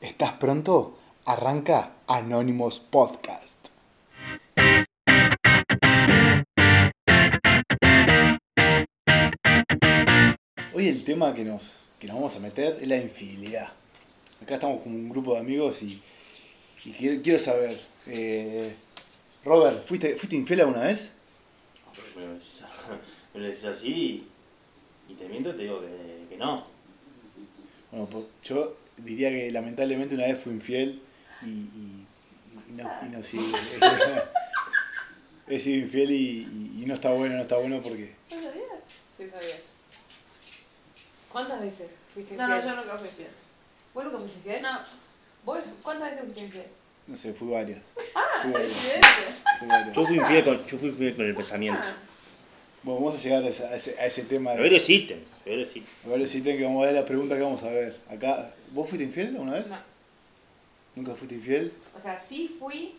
¿Estás pronto? Arranca Anónimos Podcast. Hoy el tema que nos, que nos vamos a meter es la infidelidad. Acá estamos con un grupo de amigos y, y quiero, quiero saber, eh, Robert, ¿fuiste, ¿fuiste infiel alguna vez? Me lo decís, me lo decís así y te miento, te digo que, que no. Bueno, pues yo diría que lamentablemente una vez fui infiel y, y- y no, y no, sí, he sido infiel y, y- y no está bueno, no está bueno porque ¿No sabías? Sí, sabías. ¿Cuántas veces fuiste No, infiel? no, yo nunca fui fiel. ¿Vos nunca fuiste infiel? No. ¿Vos cuántas veces fuiste infiel? no sé, fui varias. Fui varias, Presidente. fui varias. Yo fui infiel con, yo fui infiel con el pensamiento. Bueno, vamos a llegar a ese, a ese- a ese tema. Pero De, los ítems, pero los ítems. a ver si tengo que vamos a ver la pregunta que vamos a ver. Acá, ¿vos fuiste infiel alguna vez? No. ¿Nunca fuiste infiel? O sea, sí fui,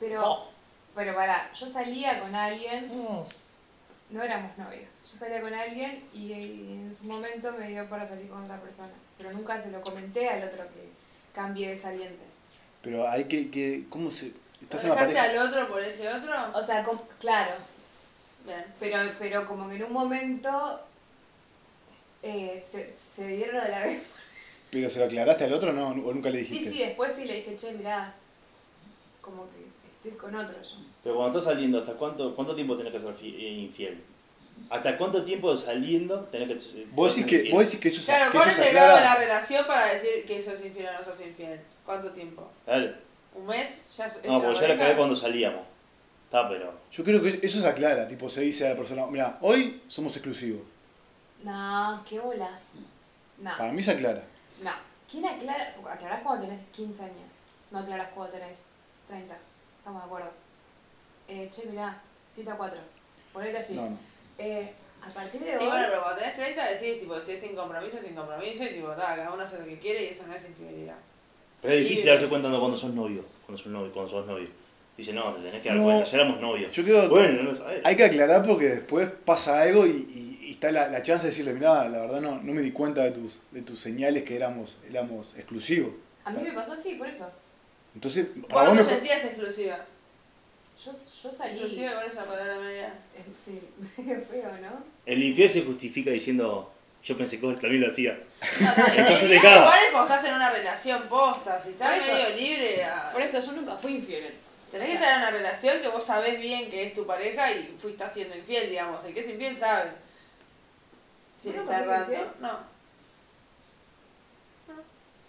pero. Oh. No. Pero pará, yo salía con alguien, Mm. no éramos novios. Yo salía con alguien y en su momento me dio para salir con otra persona. Pero nunca se lo comenté al otro que cambié de saliente. Pero hay que, que ¿cómo se...? Estás en la ¿Dejaste pareja... al otro por ese otro? O sea, com- claro, Bien. pero, pero como que en un momento eh, se, se dieron a la vez ¿Pero se lo aclaraste al otro o no? ¿O nunca le Sí, dijiste? sí, después sí le dije, che, mirá, como que estoy con otro yo. Pero cuando estás saliendo, ¿hasta cuánto, cuánto tiempo tenés que ser fi- eh, infiel? ¿Hasta cuánto tiempo saliendo tenés que ser Vos decís que, infiel? vos decís que eso se- Claro, que ¿cuál eso es se el grado de aclara- la relación para decir que sos infiel o no sos infiel? ¿Cuánto tiempo? Claro. ¿Un mes? ¿Ya sos- No, es porque yo una la pareja? acabé cuando salíamos. Está, pero. Yo creo que eso se aclara, tipo, se dice a la persona, mira, hoy somos exclusivos. No, qué bolas. No, Para mí se aclara. no. ¿Quién aclara? Aclarás cuando tenés 15 años, no aclarás cuando tenés 30. Estamos de acuerdo. Eh, che, mirá, cita 4. Ponete así. No, no. Eh, a partir de Sí, hoy. bueno, pero cuando tenés 30 decís, tipo, si es sin compromiso, sin compromiso, y tipo, ta, cada uno hace lo que quiere y eso no es infidelidad. Ah, Pero es Y- difícil darse cuenta cuando sos novio. Cuando sos novio, cuando sos novio. Dice, no, te tenés que dar No. cuenta, ya éramos novios. Yo creo que- Bueno, no lo sabés. Hay que aclarar porque después pasa algo y, y- y está la, la chance de decirle, mira, la verdad no, no me di cuenta de tus, de tus señales que éramos, éramos exclusivos. A mí me pasó así, por eso. Entonces, ¿Por para no vos te mejor- sentías exclusiva? Yo, yo salí. Exclusiva igual es una palabra media. Eh, Sí, medio feo, ¿no? El infiel se justifica diciendo, yo pensé que vos también lo hacía. No, no, Entonces te infidelidad caga. igual es cuando estás en una relación posta, si estás Por eso. medio libre. a- Por eso yo nunca fui infiel. Tenés O que sea, estar en una relación que vos sabés bien que es tu pareja y fuiste siendo infiel, digamos. El que es infiel sabe. Si le ¿Vos está nunca fuiste errando. infiel? No,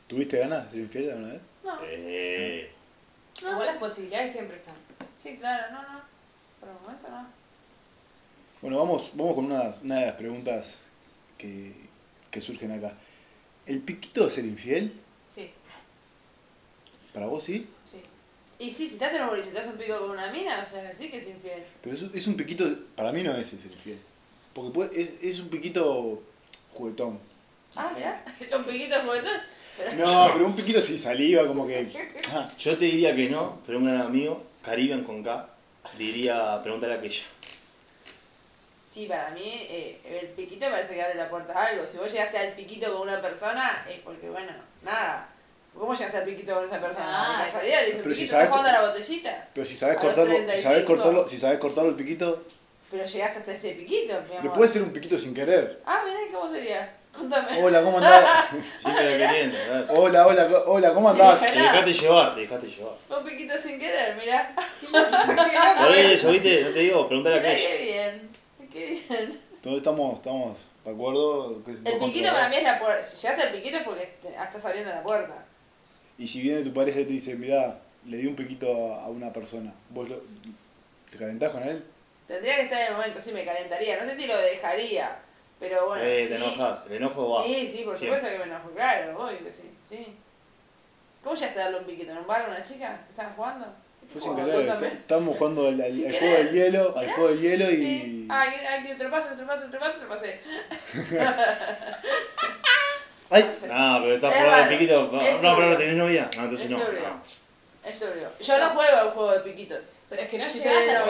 ¿Tuviste ganas de ser infiel alguna vez? no. Eh, no. Igual las posibilidades siempre están. Sí, claro, no, no. Por el momento no. Bueno, vamos, vamos con una, una de las preguntas que, que surgen acá. ¿El piquito de ser infiel? Sí, ¿Para vos sí? sí. Y sí, si estás en un boliche y te das un pico con una mina, o sea, sí que es infiel. Pero es, es un piquito, para mí no es ser infiel. Porque puede- es, es un piquito juguetón. Ah, mirá, un piquito de juguetón. Pero No, pero un piquito sin saliva, como que. ah, yo te diría que no, pero un gran amigo, Cariben con K, diría, preguntar a aquella. sí, para mí, eh, el piquito parece que abre la puerta a algo. Si vos llegaste al piquito con una persona, es porque, bueno, nada. ¿Cómo llegaste al piquito con esa persona? Ah, ¿De casualidad? ¿Le diste un pero si piquito? sabés ¿Estás que- jugando a la botellita? Pero si sabes A los cortarlo, si sabes 35. cortarlo, si sabes cortarlo el piquito, Pero llegaste hasta ese piquito, mi pero amor. puede ser un piquito sin querer. Ah, mirá, ¿cómo sería? Contame. Hola, ¿cómo andás? Siempre la queriendo, claro. Hola, hola, co- hola, ¿cómo andás? Te dejaste llevar, te dejaste llevar. Un piquito sin querer, mirá. Por eso, viste, no te digo, preguntar a Mirá aquella. qué bien. Qué bien. Todos estamos, estamos de acuerdo. que es un El poco piquito controversial. para mí es la puerta. Si llegaste al piquito es porque te- ah, estás abriendo la puerta. Y si viene tu pareja y te dice, mirá, le di un piquito a, a una persona, ¿vos lo, te calentás con él? Tendría que estar en el momento, sí, me calentaría. No sé si lo dejaría. Pero bueno, Eh, sí. te enojas, el enojo va. Sí, sí, por Siempre. supuesto que me enojo. Claro, obvio que sí. sí. ¿Cómo llegaste a darle un piquito? ¿En un bar a una chica? ¿Estaban jugando? Fue sin ¿Cómo? querer. Contame. Estábamos jugando al, al- Sin al querer. juego del hielo, al Mirá. juego del hielo y. Sí. Ah, que, ah, que otro paso, otro paso, otro paso, otro pasé. Ay, No, pero estás Es jugando al raro. piquito. No, Es no, pero turbio. no tenés novia. No, entonces Es no. turbio. no. Esto digo. Yo no juego al juego de piquitos. Pero es que no Sí, llegás a no, la,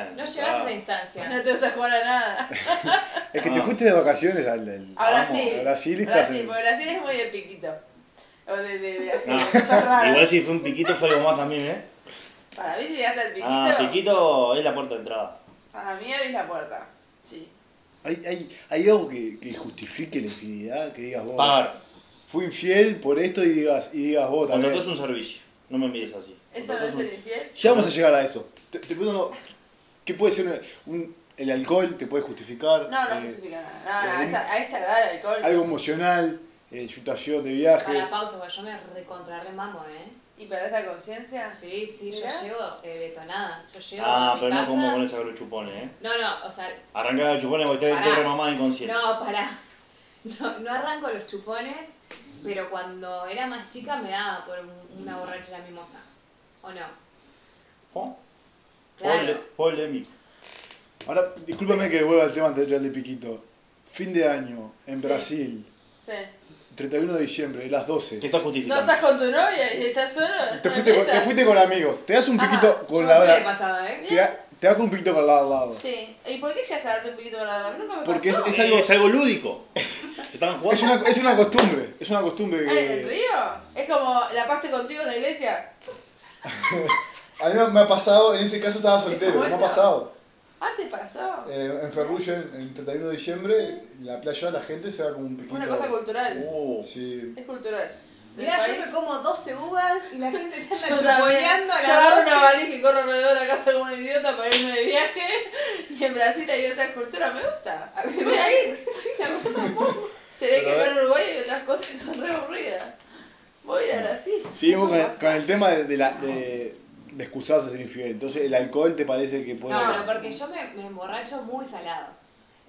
Bueno, no llegás a va. esa instancia. No te gusta jugar a nada. es que te Ah. fuiste de vacaciones al. al- A vamos, Brasil. a Brasil y estás. Brasil, en- Ah. porque Brasil es muy de piquito. O de, de, de así, No. cosas raras. Igual si fue un piquito fue algo más también, ¿eh? Para mí si llegaste al piquito, Ah, piquito es la puerta de entrada. para mí abrís la puerta. Sí. ¿Hay, hay, hay algo que, que justifique la infinidad? Que digas vos, Pagar. fui infiel por esto y digas, y digas vos Cuando también. es un servicio. No me mires así. ¿Eso no Contratás es un- ser infiel? Ya vamos a llegar a eso. Te, te pregunto, ¿qué puede ser un, un- el alcohol? ¿Te puede justificar? No, no Eh, justifica nada. No, no, algún- a esta, a esta edad el alcohol. Algo emocional, eh, yutación de Para viajes. pausa, porque yo me recontra remamo, ¿eh. Y para esta conciencia. Sí, sí, yo ¿Mirá? llego eh, detonada. Yo llego Ah, a mi pero no casa. como con esa con los chupones, ¿eh? No, no, o sea, Arrancada de chupones porque Pará. te remamada inconsciente. no, para. No, no arranco los chupones, pero cuando era más chica me daba por un- una borrachera mimosa. ¿O no? Po- Pobre, Claro. pobre mí. Ahora, discúlpame que vuelva al tema anterior de Piquito. Fin de año, en Sí. Brasil, Sí. 31 de diciembre, las 12. ¿Qué estás ¿No justificando? estás con tu novia y estás solo? Te fuiste, con, te fuiste con amigos. Te das un Ajá, piquito Yo con la fui de hora. pasada, ¿eh? Te, da- te das un piquito con la al lado. Sí. ¿Y por qué ya darte un poquito para la Nunca me Porque es, pasó. es Eh, algo, es algo lúdico. Se estaban jugando. es, una, es una costumbre. Es una costumbre Ah, ¿En el que. río? ¿Es como la paste contigo en la iglesia? A mí no me ha pasado, en ese caso estaba soltero, ¿Cómo no ha esa? pasado. Ah, ¿te pasó? Eh, en Ferrugio, en el 31 de diciembre, en la playa la gente se da como un piquito. Una cosa cultural. Uh, Sí. Es cultural. Mirá, yo me país- como 12 uvas y la gente se Yo anda también. chuponeando a Yo agarro la una valija y corro alrededor de la casa como un idiota para irme de viaje. Y en Brasil hay otra cultura, me gusta. Me voy a ir. Se ve Pero que a ver. acá en Uruguay hay otras cosas que son re aburridas. Voy a ir a Brasil. Seguimos con, el- Pasa. con el tema de, de la, de, de excusarse a ser infiel. Entonces, ¿el alcohol te parece que puede.? No, pero porque yo me, me emborracho muy salado.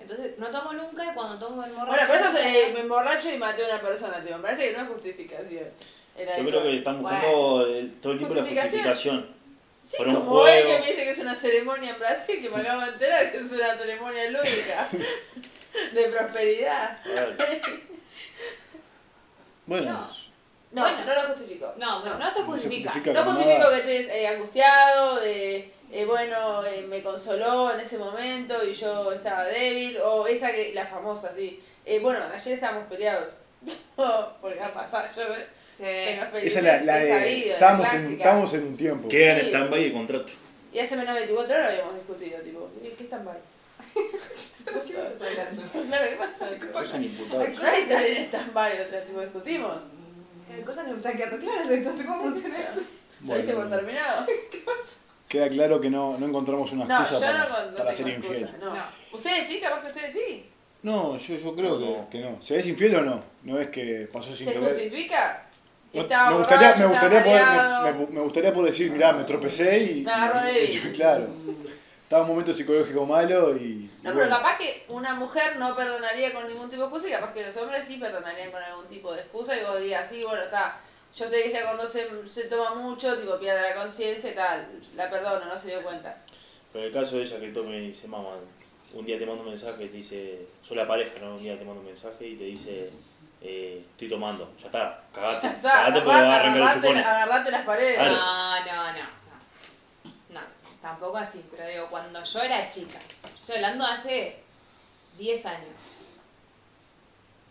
Entonces, no tomo nunca y cuando tomo me emborracho. Bueno, por eso se- eh, me emborracho y maté a una persona, tío. Me parece que no es justificación. El yo alcohol. creo que están buscando el- todo el tiempo la Justificación. justificación. Sí, por un como él juego. que me dice que es una ceremonia en Brasil, que me acabo de enterar que es una ceremonia lúdica. de prosperidad. Bueno, No. No, Bueno. no lo justifico. No, no, no se justifica. justifica. No Pero justifico nada. que estés eh, angustiado, de eh, bueno, eh, me consoló en ese momento y yo estaba débil, o esa que, la famosa, sí. Eh, bueno, ayer estábamos peleados. Porque ha pasado, yo tengo Se- esa experiencia, es la, la he de. sabido, la estamos, en, clásica. estamos en un tiempo. Quedan Sí. en stand-by el contrato. Y hace menos de 24 horas habíamos discutido, tipo, ¿qué, qué están mal? ¿Qué pasó? Claro, ¿qué pasó? Sos un imputado. No hay tal en stand-by, o sea, tipo, discutimos. Hay Eh, cosas que no me están quedando claras, entonces, ¿cómo funciona esto? ¿Lo diste por Bueno. terminado? Queda claro que no, no encontramos una No, excusa yo para, no con- no para tengo ser excusa, infiel. no. No. Ustedes sí, capaz que ustedes sí. No, yo, yo creo No. que, que no. ¿Se es infiel o no? No es que pasó sin ¿Se querer. justifica? No, Estaba me, gustaría, me, borracho, gustaría poder, estaba me, mareado. me- me gustaría poder decir, mirá, me tropecé y. Me agarró débil. claro. Estaba en un momento psicológico malo y. y No, pero bueno. capaz que una mujer no perdonaría con ningún tipo de excusa y capaz que los hombres sí perdonarían con algún tipo de excusa y vos digas, sí, bueno, está, yo sé que ella cuando se, se toma mucho, tipo, pierde la conciencia y tal, la perdono, no se dio cuenta. Pero en el caso de ella que tome y dice, mamá, un día te mando un mensaje y te dice, soy la pareja, ¿no? Un día te mando un mensaje y te dice, eh, estoy tomando, ya está, cagate, Ya está, Ah, cagate porque va a agarrate, arrancar los agarrate, chupones. agarrate las paredes. Claro. No, no, no. No, No, tampoco así, pero digo, cuando yo era chica, estoy hablando hace 10 años,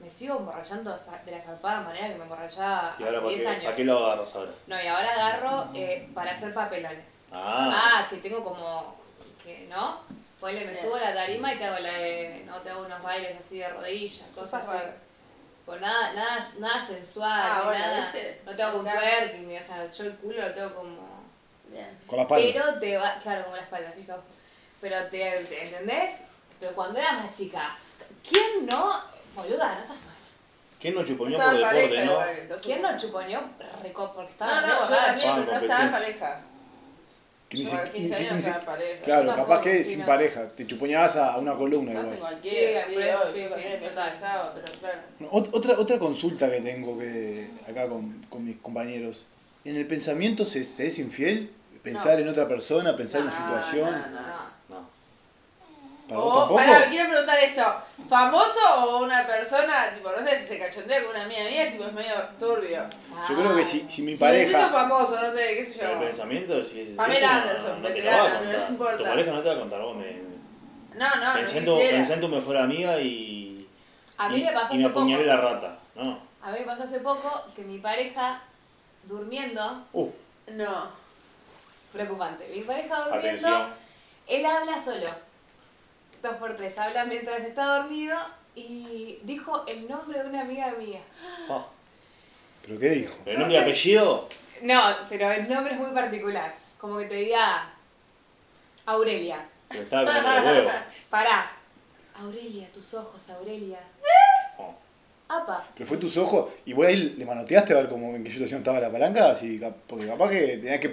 me sigo emborrachando za- de la zarpada manera que me emborrachaba Y ahora, hace ¿para 10 qué, años. ¿para qué lo agarras ahora? No, y ahora agarro eh, para hacer papelones. Ah, Ah, que tengo como. que ¿No? Ponle, me subo a la tarima y te hago la de- No, te hago unos bailes así de rodillas, cosas Cosas así. raras. Pues nada, nada, nada sensual, Ah, ni bueno, nada. ¿viste? No te hago un Está. twerking, ni- o sea, yo el culo lo tengo como. Bien. Con la palma. Pero te va. Claro, como la espalda, fijaos. Pero te, te- ¿entendés? Pero cuando era más chica, ¿quién no. boluda, no zafás? ¿quién no chuponeó Estaba por en deporte, pareja no? igual, lo ¿Quién supongo. no chuponeó rico? Porque estaba No, re no, yo también, borracho? pero no Estaban estaba en competidos. pareja. Que ni Yo si- a los 15 ni si- años ni si- estaba en pareja. Claro, Yo capaz tampoco, que sí, sin no. pareja. Te chupoñabas a, a una columna Estás igual. en cualquiera, Sí, sí, por eso, obvio, sí, yo sí, también, me total. pasaba, pero claro. Ot- Otra, otra consulta que tengo que acá con, con mis compañeros. ¿En el pensamiento se, se es infiel? ¿Pensar en otra persona? ¿Pensar en No, una situación? no, no. No. No. ¿Para vos O, tampoco? Oh, pará, quiero preguntar esto. ¿Famoso o una persona, tipo, no sé, si se cachondea con una amiga mía, tipo, es medio turbio? Yo creo Ah. que si, si mi Si pareja... lo hizo famoso, no sé, qué sé El yo. pensamiento, si es. Pamela eso no- Anderson, no te veterana, lo va a pero no contar. importa. Ah, Tu pareja no te va a contar, vos me. No, no, no pensé, en tu, quisiera. pensé en tu mejor amiga y. A mí y- me pasó Y me hace poco. apuñalé la rata, ¿no? A mí me pasó hace poco que mi pareja durmiendo, Uh, No. preocupante, mi pareja durmiendo, Atención. él habla solo. Dos por tres, habla mientras está dormido y dijo el nombre de una amiga mía. Ah, ¿Pero qué dijo? ¿Pero el nombre y apellido? No, pero el nombre es muy particular. Como que te diga Aurelia. Pero estaba comiendo los huevos. Pará. Aurelia, tus ojos, Aurelia. Oh. Apa. ¿Pero fue tus ojos? ¿Y vos ahí le manoteaste a ver cómo, en qué situación estaba la palanca? Así, cap- porque capaz que tenías que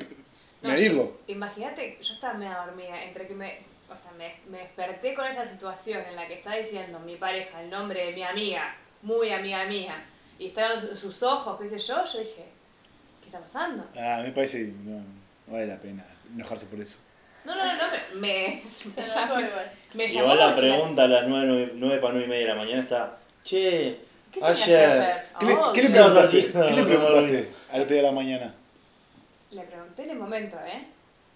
No, medirlo. yo- Imagínate, yo estaba media dormida, entre que me, o sea, me, me desperté con esa situación en la que está diciendo mi pareja el nombre de mi amiga, muy amiga mía, y estaban sus ojos, qué sé yo, yo dije, ¿qué está pasando? Ah, me parece que no, no vale la pena enojarse por eso. No, no, no, no, me, me, Se me enojó llamó, igual. me llamó Igual la mucho pregunta a las 9, para 9 y media de la mañana está, che, ¿Qué soñaste ayer... ayer? ¿Qué le, Obvio. qué le no, preguntaste? no, no, ¿Qué le no, preguntaste al otro día de la mañana? Le pregunté en el momento, ¿eh?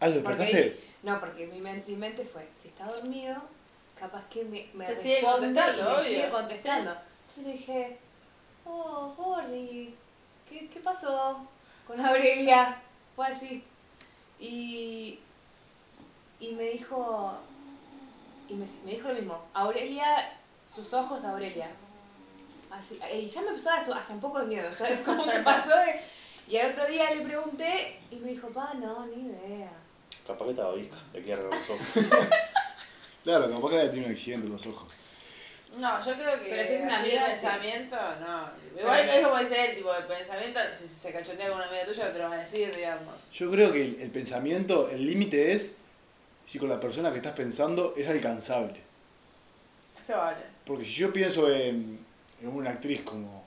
¿Ah, lo Porque despertaste? dije- no, porque mi, men- mi mente fue, si está dormido, capaz que me, me Te sigue responde y contestando, me sigue obvio. contestando. Entonces le dije, oh, Gordy, ¿qué, ¿qué pasó con Aurelia? Fue así. Y, y me dijo, y me, me dijo lo mismo, Aurelia, sus ojos, Aurelia. Así, y ya me empezó a dar hasta- hasta un poco de miedo, ¿sabes? Como que pasó de... Y al otro día le pregunté y me dijo, pa, no, ni idea. Capaz que estaba visca, le quería arreglar los ojos. Claro, capaz que había tenido un accidente en los ojos. No, yo creo que. Pero si es una así amiga, de sí. pensamiento, no. Igual Pero- es como dice él, tipo, de pensamiento, si se cachotea con una amiga tuya, no te lo va a decir, digamos. Yo creo que el, el pensamiento, el límite es si con la persona que estás pensando es alcanzable. Es probable. Porque si yo pienso en, en una actriz como,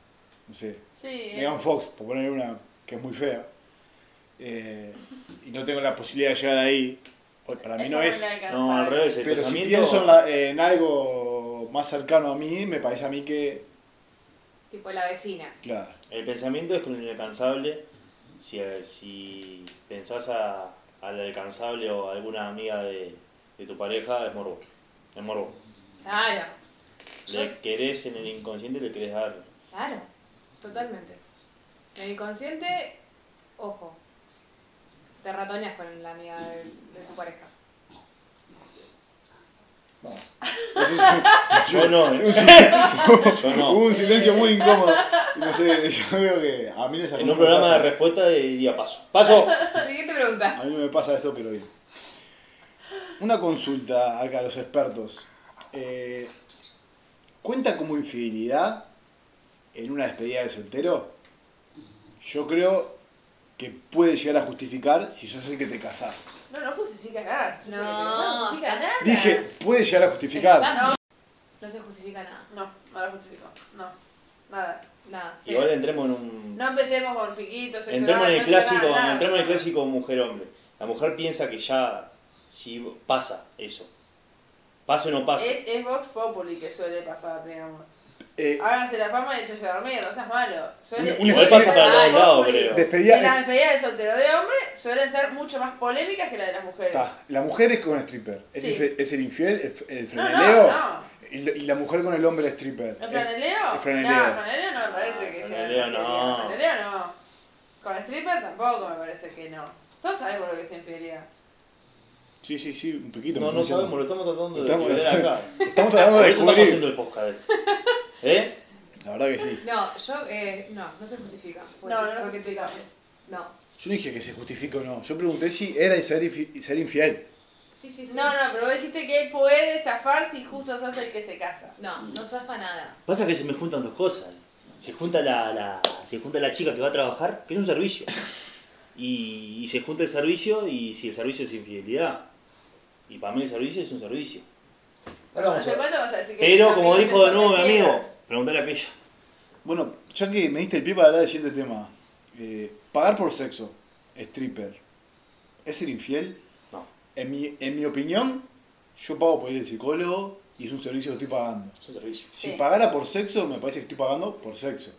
no sé, Sí. eh. Megan Fox, por poner una que es muy fea, eh, y no tengo la posibilidad de llegar ahí, o- para mí no como es. inalcanzable. pues No, al revés, el Pero si pensamiento... pienso en, la- en algo más cercano a mí, me parece a mí que, Tipo la vecina. claro, El pensamiento es con lo inalcanzable. Si, eh, si pensás a, al alcanzable o a alguna amiga de, de tu pareja, es morbo. Es morbo. Claro, Le querés en el inconsciente, le querés dar. claro, totalmente. El inconsciente, ojo, te ratoneas con la amiga de, de tu pareja. no. Yo no, eh. yo Hubo no. un silencio muy incómodo. Y No sé, yo veo que a mí esas En cosas un me programa de pasan. respuesta diría paso. ¡Paso! Siguiente pregunta. A mí no me pasa eso, pero bien. Una consulta acá a los expertos. Eh, ¿Cuenta como infidelidad en una despedida de soltero? Yo creo que puede llegar a justificar si sos el que te casás. No, no justifica nada. No. no justifica nada. Dije, puede llegar a justificar. No. No se justifica nada. No, no lo justifico. No, nada. Nada, cero. Igual entremos en un. No empecemos con piquitos, sexo entremos en oral, el no clásico, nada, nada, entremos en el no. clásico mujer-hombre. La mujer piensa que ya si pasa eso. Pase o no pase. Es, es Vox Populi que suele pasar, digamos. Eh, Háganse la fama y échense a dormir, no seas malo. Suele, Un- un- Igual pasa suele para ser todos Vox lados, Populi. creo. Y despedida. las despedidas de soltero de hombre suelen ser mucho más polémicas que las de las mujeres. Está, La mujer es con stripper. Es, Sí. infe- es el infiel, el- el No, no, franeleo. no. Y la- Y la mujer con el hombre stripper. ¿El Es- franeleo? el franeleo. No, el franeleo no me parece que No, sea. franeleo no. infidelidad. Franeleo no. Con stripper tampoco me parece que no. Todos sabemos lo que es infidelidad. Sí, sí, sí, un poquito. No, me no dicen. sabemos, lo estamos tratando de Estamos- poner acá. Estamos Por hablando de eso estamos haciendo descubrir. el podcast. ¿Eh? La verdad que sí. No, yo, eh, no, no se justifica. Porque- No, no lo porque te- justificamos. No. Yo no dije que se justifica o no. Yo pregunté si era ser, infi- ser infiel. Sí, sí, sí. No, no, pero vos dijiste que él puede zafar si justo sos el que se casa. No, no zafa nada. Pasa que se me juntan dos cosas. Se junta la, la- se junta la chica que va a trabajar, que es un servicio. Y, y se junta el servicio y si el servicio es infidelidad. Y para mí el servicio es un servicio. Ahora No vamos sé a- cuánto vas a decir que Pero tus como amigos dijo de te nuevo mi sometieron. amigo, preguntale a aquella. Bueno, ya que me diste el pie para hablar del siguiente tema. Eh, pagar por sexo, stripper, ¿es ser infiel? No, En mi, en mi opinión, yo pago por ir al psicólogo y es un servicio que estoy pagando. es un servicio. Si Sí. pagara por sexo, me parece que estoy pagando por sexo.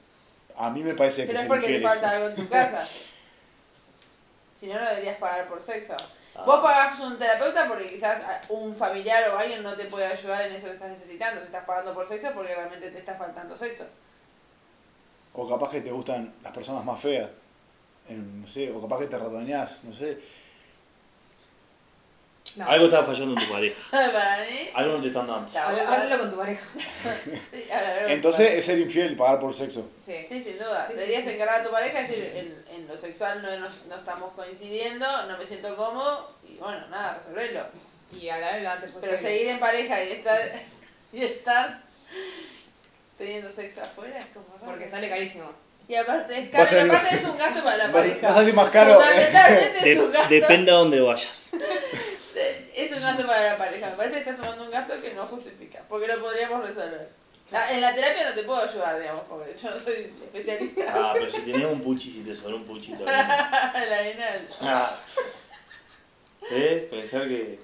A mí me parece que Pero es ser porque te infiel es- falta algo en tu casa. si no, no deberías pagar por sexo. Ah. Vos pagás un terapeuta porque quizás a- un familiar o alguien no te puede ayudar en eso que estás necesitando. Si estás pagando por sexo porque realmente te está faltando sexo. O capaz que te gustan las personas más feas. En- no sé, o capaz que te ratoneás, no sé. No, Algo está fallando en tu pareja. Para mí. Algo no te están dando. la habla- boca- háblalo con tu pareja. sí, a la boca. Entonces es ser infiel y pagar por sexo. Sí. Sí, sin duda. Sí, sí, Deberías sí. encargar a tu pareja y decir, en, en lo sexual no, nos- no estamos coincidiendo, no me siento cómodo y bueno, nada, resolverlo. Y hablarlo lo antes Pero posible. seguir en pareja y estar y estar teniendo sexo afuera es como raro. Porque sale carísimo. Y aparte es Va a caro, y salir- aparte es un gasto para la Va a- pareja. va a salir más caro. eh. Fundamentalmente es De- un gasto. depende a dónde vayas. Es un gasto para la pareja. Me parece que estás sumando un gasto que no justifica, porque lo podríamos resolver. La- en la terapia no te puedo ayudar, digamos, porque yo no soy especialista Ah, pero si tenés un puchi, si te sobra un puchi. también. en la anal. Ah. ¿Eh? Pensar que.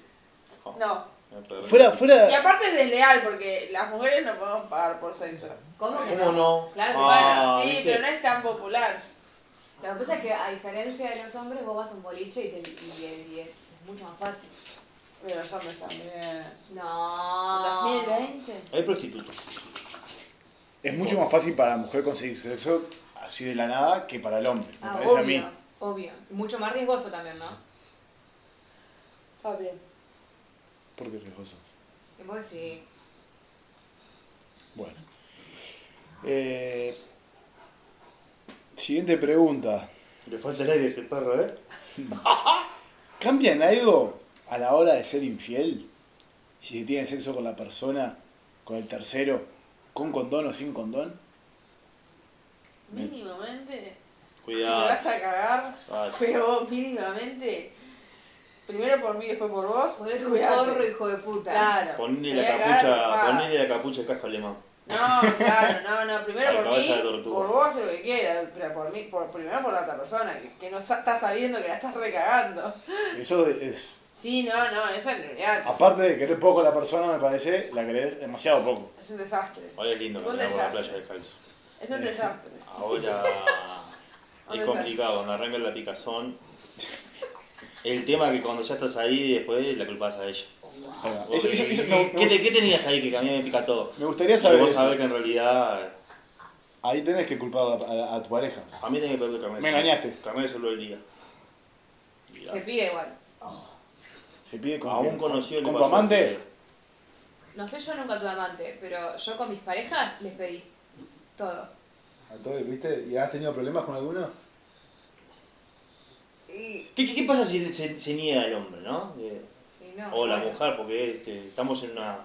Oh, No. me perdí. Fuera, Y fuera. aparte es desleal, porque las mujeres no podemos pagar por sexo. ¿Cómo que ¿Cómo no? Claro que Ah, bueno, sí, ¿viste? pero no es tan popular. Lo que pasa es que a diferencia de los hombres, vos vas a un boliche y, te- y- y es mucho más fácil. Pero los hombres también. No. 2020. Hay prostitutos. Es mucho más fácil para la mujer conseguir sexo así de la nada que para el hombre. Me Ah, parece a mí. obvio, obvio. Mucho más riesgoso también, ¿no? Está bien. Porque es riesgoso. Y vos sí. Bueno. Eh, siguiente pregunta. Le falta el aire a ese perro, ¿eh? ¿Cambian algo a la hora de ser infiel? Si se tiene sexo con la persona, con el tercero, con condón o sin condón. Mínimamente. Si me Cuidado. vas a cagar, Ah. pero vos mínimamente. Primero por mí, después por vos. Ponete un cuidate. gorro, hijo de puta. Claro. Ponle la Me voy a cagar capucha, preocupada. ponle la capucha de casco alemán. No, claro, no, no. A la Primero por cabeza de mí, tortuga. por vos, lo que quieras. Pero por mí, por, primero por la otra persona, que, que no sa- está sabiendo que la estás recagando. Eso es. Sí, no, no, eso es olvidate. Aparte de querer poco a la persona, me parece, la querés demasiado poco. Es un desastre. Ahora es lindo ¿Dónde caminar por la está? playa descalzo. Es un desastre. Ahora ¿Dónde es está? complicado, cuando arranca la picazón. El tema que cuando ya estás ahí, después la culpa es a ella. Ahí va. Vos Eso- eso- que- eso- me- ¿Qué, me- te- qué tenías ahí que a mí me pica todo? Me gustaría Y saber vos eso. sabés que en realidad Ahí tenés que culpar a, la- a la- a tu pareja. a mí tenés que perder el carnet. Me de celular. engañaste. Carnet de celular del día. Mirá. Se pide igual. Se pide con, A un con- conocido le con tu pasó amante. que- No sé yo nunca tuve amante, pero yo con mis parejas les pedí todo. A todos, ¿viste? ¿Y has tenido problemas con alguna? Eh. Y, ¿Qué, qué, qué pasa si se, se niega el hombre, no? De- y no. O la Ah, bueno. mujer, porque este, estamos en una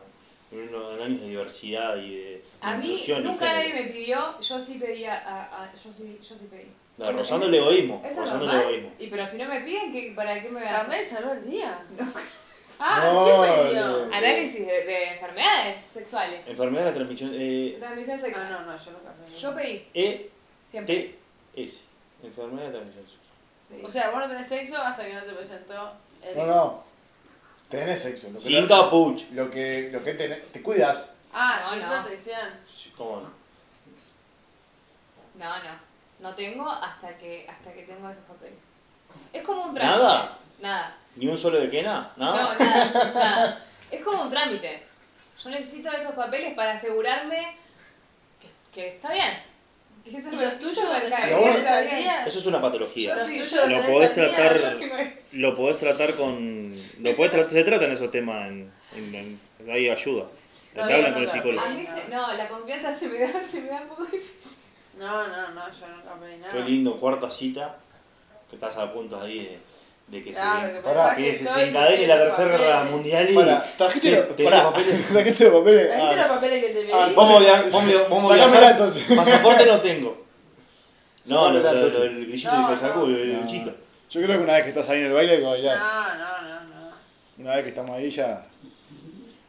en unos años de diversidad y de, de A mí inclusión y nunca género. nadie me pidió, yo sí pedía, a, a- yo, sí, yo sí pedí. No, Bueno, rozando es- el egoísmo, Eso es rozando el normal. egoísmo. Y pero si no me piden, ¿qué, ¿para qué me voy a hacer? ¿Carnet salvó el día? No. Ah, No, ¿qué me dio? no. Análisis de, de enfermedades sexuales. Enfermedad de transmisión eh, Transmisión Ah, sexual. no, no, yo nunca me Yo pedí, siempre. ETS. E Enfermedad de transmisión sexual. Pedí. O sea, vos no tenés sexo hasta que no te presentó el... No, no. Tenés sexo. Lo que Sin no- capucha. Lo que, lo que tenés- te cuidas. Ah, No, sin no. protección. ¿Cómo no? No, no. No tengo hasta que hasta que tengo esos papeles. Es como un trámite. ¿Nada? ¿Ah? Nada. ¿Ni un solo de quena? No, ¿Nada? nada, nada. Es como un trámite. Yo necesito esos papeles para asegurarme que, que está bien. Que eso ¿Y me- los tuyos eso me los cae. tenés Está al bien. día? Eso es una patología. ¿Los sí. tuyos Lo los tenés podés al día? tratar- Yo tengo eso. Lo podés tratar con. Lo podés tratar, se tratan esos temas en, en- en- hay ayuda. No, se yo hablan con el nunca. psicólogo. A mí se- no, la confianza se me da, se me da un poco difícil. No, no, no, yo nunca pedí nada. Qué lindo, cuarta cita. Que estás a punto ahí de, de que Claro, que se. Pará, pensás que que se soy desencadene la tercera guerra papeles. mundial y. Para, trajiste Sí, los tenés pará, papeles. trajiste los papeles. ¿Trajiste los Ah, papeles que te pedí? ah, Vamos a entonces, viajar- vamos a- vamos a sacámela viajar. entonces. Pasaporte no tengo. No, lo, Sacámela lo- entonces. lo- el grillito No, que saco, no. el No. luchito. Yo creo que una vez que estás ahí en el baile hay que bailar. No, no, no, no. Una vez que estamos ahí ya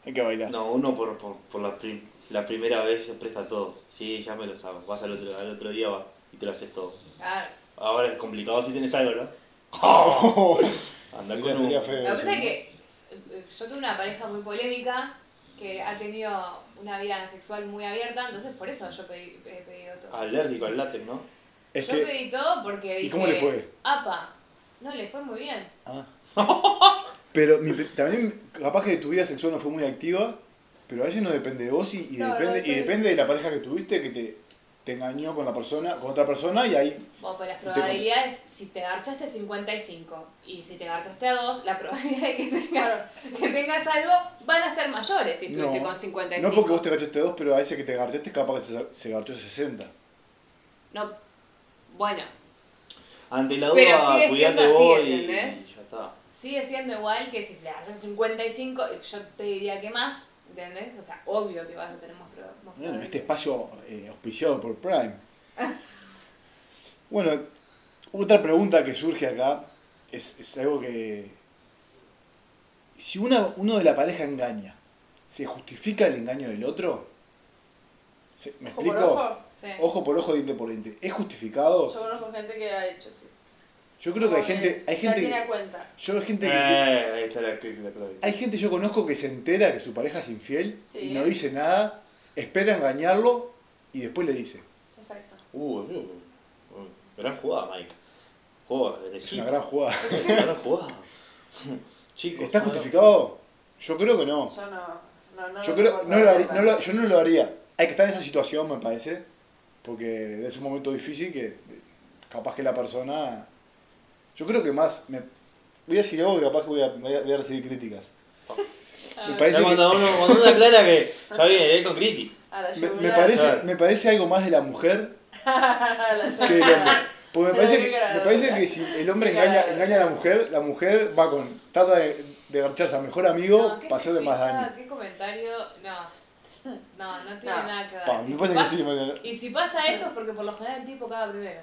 hay que bailar. No, uno por, por, por la, prim- la primera vez se presta todo. Sí, ya me lo sabes. Vas al otro, al otro día va, y te lo haces todo. Claro. Ahora es complicado si tienes algo, ¿no? Andar Sería- con un... sería feo. Lo que pasa eso, es que eh, yo tuve una pareja muy polémica que ha tenido una vida sexual muy abierta, entonces por eso yo pedí, he pedido todo. Alérgico al látex, ¿no? Ah, Es yo que- pedí todo porque dije, ¿Y cómo le fue? apa, no le fue muy bien. Ah. Pero mi- también, capaz que tu vida sexual no fue muy activa, pero a veces no depende de vos y, y No, no depende, y depende. depende de la pareja que tuviste que te, te engañó con la persona, con otra persona y ahí Bueno, pues las Te con- probabilidades, si te garchaste 55 y si te garchaste a 2, la probabilidad de que tengas, que tengas algo van a ser mayores si estuviste no, con 55. no porque vos te garchaste dos, pero a ese que te garchaste capaz que se, se garchó 60. No, bueno, Ante la Pero duda, sigue siendo cuidate así, vos y, ¿entendés? y ya está. sigue siendo igual que si le haces 55, yo te diría que más, ¿entendés? O sea, obvio que vas a tener más prob- más Bueno, probabilidades. este espacio eh, auspiciado por Prime. Bueno, otra pregunta que surge acá es, es algo que... Si una, uno de la pareja engaña, ¿se justifica el engaño del otro? ¿Se- ¿Me Ojo por explico? ojo. Sí. Ojo por ojo, diente por diente. ¿Es justificado? Yo conozco gente que ha hecho, sí. Yo creo que hay Como gente... Hay La gente, tiene a que- cuenta. yo hay gente que... Eh, ahí está la, la clave. Hay gente yo conozco que se entera que su pareja es infiel Sí. y no dice nada, espera engañarlo y después le dice. Exacto. Uh, yo- uh, gran jugada, Mike. Juego Es agresivo. una gran jugada. gran jugada. Chicos, ¿Está no, justificado? Yo creo que no. Yo no. no, no Yo lo creo, soporto, no lo la haría- verdad. no lo- yo no lo haría. Hay que estar en esa situación, me parece, porque es un momento difícil que capaz que la persona... Yo creo que más... Me, voy a decir algo que capaz que voy a, voy a- voy a recibir críticas. Me Ya parece, que- cuando, uno, cuando uno aclara que está bien, es con Criti. A Ah, la me, me yugular. parece, Claro. me parece algo más de la mujer A la que del hombre. yugular. Porque me No, parece, qué que, me grave. parece que si el hombre Qué engaña, grave. engaña a la mujer, la mujer va con... Trata de, de garcharse al mejor amigo No, ¿qué para hacerle más sexista? daño. ¿Qué comentario? No. No, no tiene No. nada que ver. Pa, Y me si parece que pasa- sí, Mariana. Y si pasa eso es porque por lo general el tipo caga primero.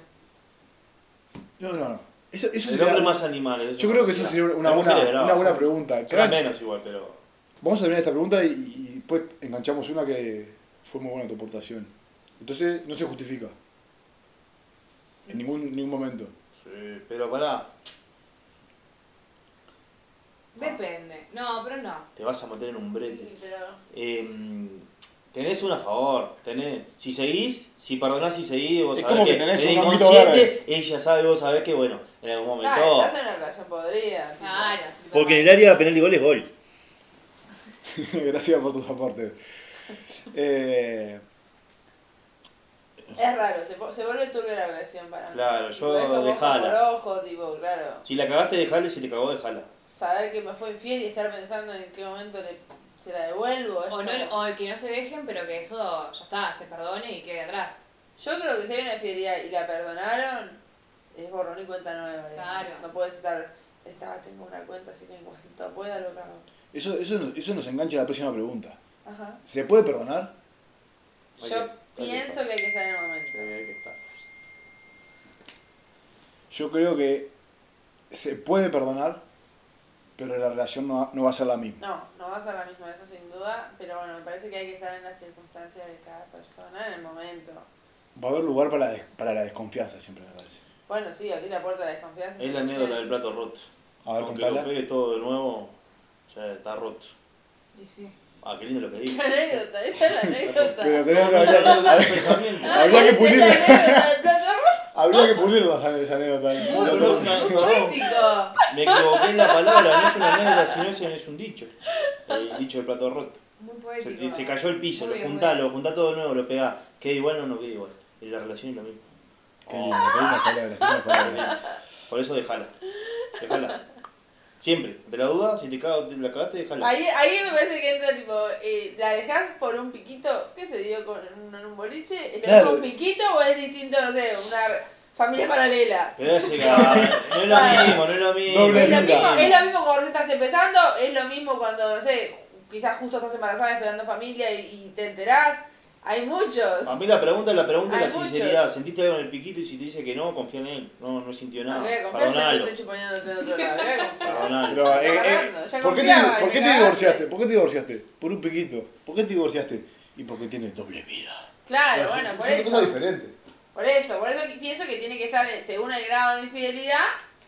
No, no, no. Eso, eso El sería- hombre más animal. eso. Yo creo que eso Mira, sería una las buena, mujeres bravas una buena son- pregunta. Son las Cagan- menos igual, pero. Vamos a terminar esta pregunta y, y después enganchamos una que fue muy buena tu aportación. Entonces, no se justifica. En ningún, ningún momento. Sí, pero pará, Depende. No, pero no. te vas a meter en un brete. Sí, pero. Em, tenés un a favor. Tenés, si seguís, si perdonás y seguís, vos Es sabés como que que, tenés el un ámbito inconsciente, ella sabe, vos sabés que, bueno, en algún momento. Ah, estás en una relación podrida. tipo. Claro. si te Porque pasa- en el área penal y gol es gol. Gracias por tus aportes. Eh, Es raro, se, po- se vuelve turbia la relación para mí. Claro, Tipo, yo es como dejala. Ojo por ojo, tipo, claro. Si la cagaste, dejala. y Si te cagó, dejala. Saber que me fue infiel y estar pensando en qué momento le, se la devuelvo. es O, como- no, o que no se dejen, pero que eso ya está, se perdone y quede atrás. Yo creo que si hay una infidelidad y la perdonaron, es borrón y cuenta nueva. digamos. Claro. No puedes estar, estaba, tengo una cuenta, así que en cuanto pueda lo cago. eso, eso, nos- eso nos engancha a la próxima pregunta. Ajá. ¿Se puede perdonar? Hay Yo que- hay que pienso estar. que hay que estar en el momento. Hay que estar. Yo creo que se puede perdonar, pero la relación no va- no va a ser la misma. No, no va a ser la misma, eso sin duda, pero bueno, me parece que hay que estar en las circunstancias de cada persona en el momento. Va a haber lugar para la, des- para la desconfianza, siempre me parece. Bueno, sí, abrir la puerta de la desconfianza. Es la anécdota del plato roto. A ver, Aunque contala. lo pegue todo de nuevo, ya está roto. Y sí. Ah, qué lindo lo que ¿Qué dije. anécdota? Esa es la anécdota. Ah, Pero creo que habría, Pensamiento. habría que pulirla. Es la anécdota del plato roto. Habría que pulirla esa- esa anécdota. No, no, no, no, no. ¡Crítico! Me equivoqué en la palabra, no es una anécdota, sino es un, es un dicho. El dicho del plato roto. Muy Se, poético. se cayó el piso, Muy lo bien, juntá, muy lo juntá todo de nuevo, lo pegá. Queda igual o no queda igual. Y la relación es lo mismo. Qué lindo, qué lindas palabras, qué lindas palabras. Por eso dejala. Dejala. Siempre. De la duda, si te, cago, te la cagaste, dejala. Ahí, ahí me parece que entra tipo, eh, la dejás por un piquito, ¿qué se dio con en un, en un boliche? ¿Es Claro. un piquito o es distinto, no sé, una r- familia paralela? Pero ese cabrón, no es lo mismo, no es lo mismo. Doble Es lo, vida. mismo, es lo mismo cuando estás empezando, es lo mismo cuando, no sé, quizás justo estás embarazada esperando familia y, y te enterás. Hay muchos. A mí la pregunta es la pregunta de Hay la muchos. sinceridad. ¿Sentiste algo en el piquito y si te dice que no, confía en él? No, no sintió No, nada. voy a confiar, ya Perdonalo. estoy chuponeándote de otro lado. voy a confiar. Perdonalo. Pero, eh, eh, Ya ¿por, qué te, confiaba, por me qué te cagaste. divorciaste? ¿Por qué te divorciaste? Por un piquito. ¿Por qué te divorciaste? Y porque tienes doble vida. Claro, bueno, por Es una eso. cosa diferente. Por eso, por eso que pienso que tiene que estar eh, según el grado de infidelidad,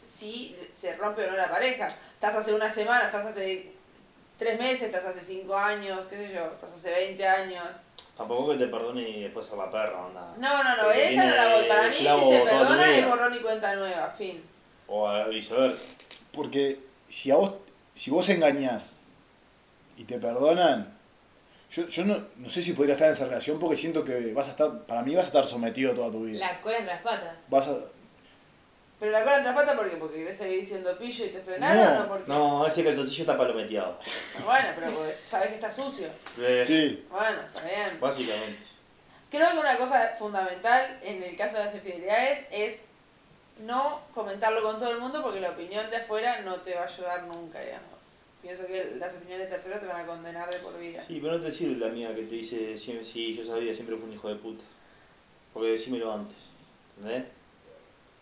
si se rompe o no la pareja. Estás hace una semana, estás hace tres meses, estás hace cinco años, qué sé yo, estás hace 20 años. Tampoco que te perdone y después a la perra, onda. No, no, no, Pero esa no la tiene voy. Para mí, Eh, si clavo se toda tu perdona, vida. es borrón y cuenta nueva, fin. O a- viceversa. Porque si a vos, si vos engañás y te perdonan, Yo, yo no, no sé si podría estar en esa relación porque siento que vas a estar, para mí vas a estar sometido toda tu vida. La cola entre las patas. Vas a, Pero la cola entre las patas, ¿por qué? ¿Porque querés salir diciendo pillo y te frenaron No, o porque.? No, ese calzoncillo está palometeado. Bueno, pero porque sabés que está sucio. Eh, sí, Bueno, está bien. Básicamente. Creo que una cosa fundamental en el caso de las infidelidades es no comentarlo con todo el mundo porque la opinión de afuera no te va a ayudar nunca, digamos. Pienso que las opiniones de terceros te van a condenar de por vida. Sí, pero no te sirve la amiga que te dice, sí, sí, yo sabía, siempre fue un hijo de puta. Porque decímelo antes, ¿entendés?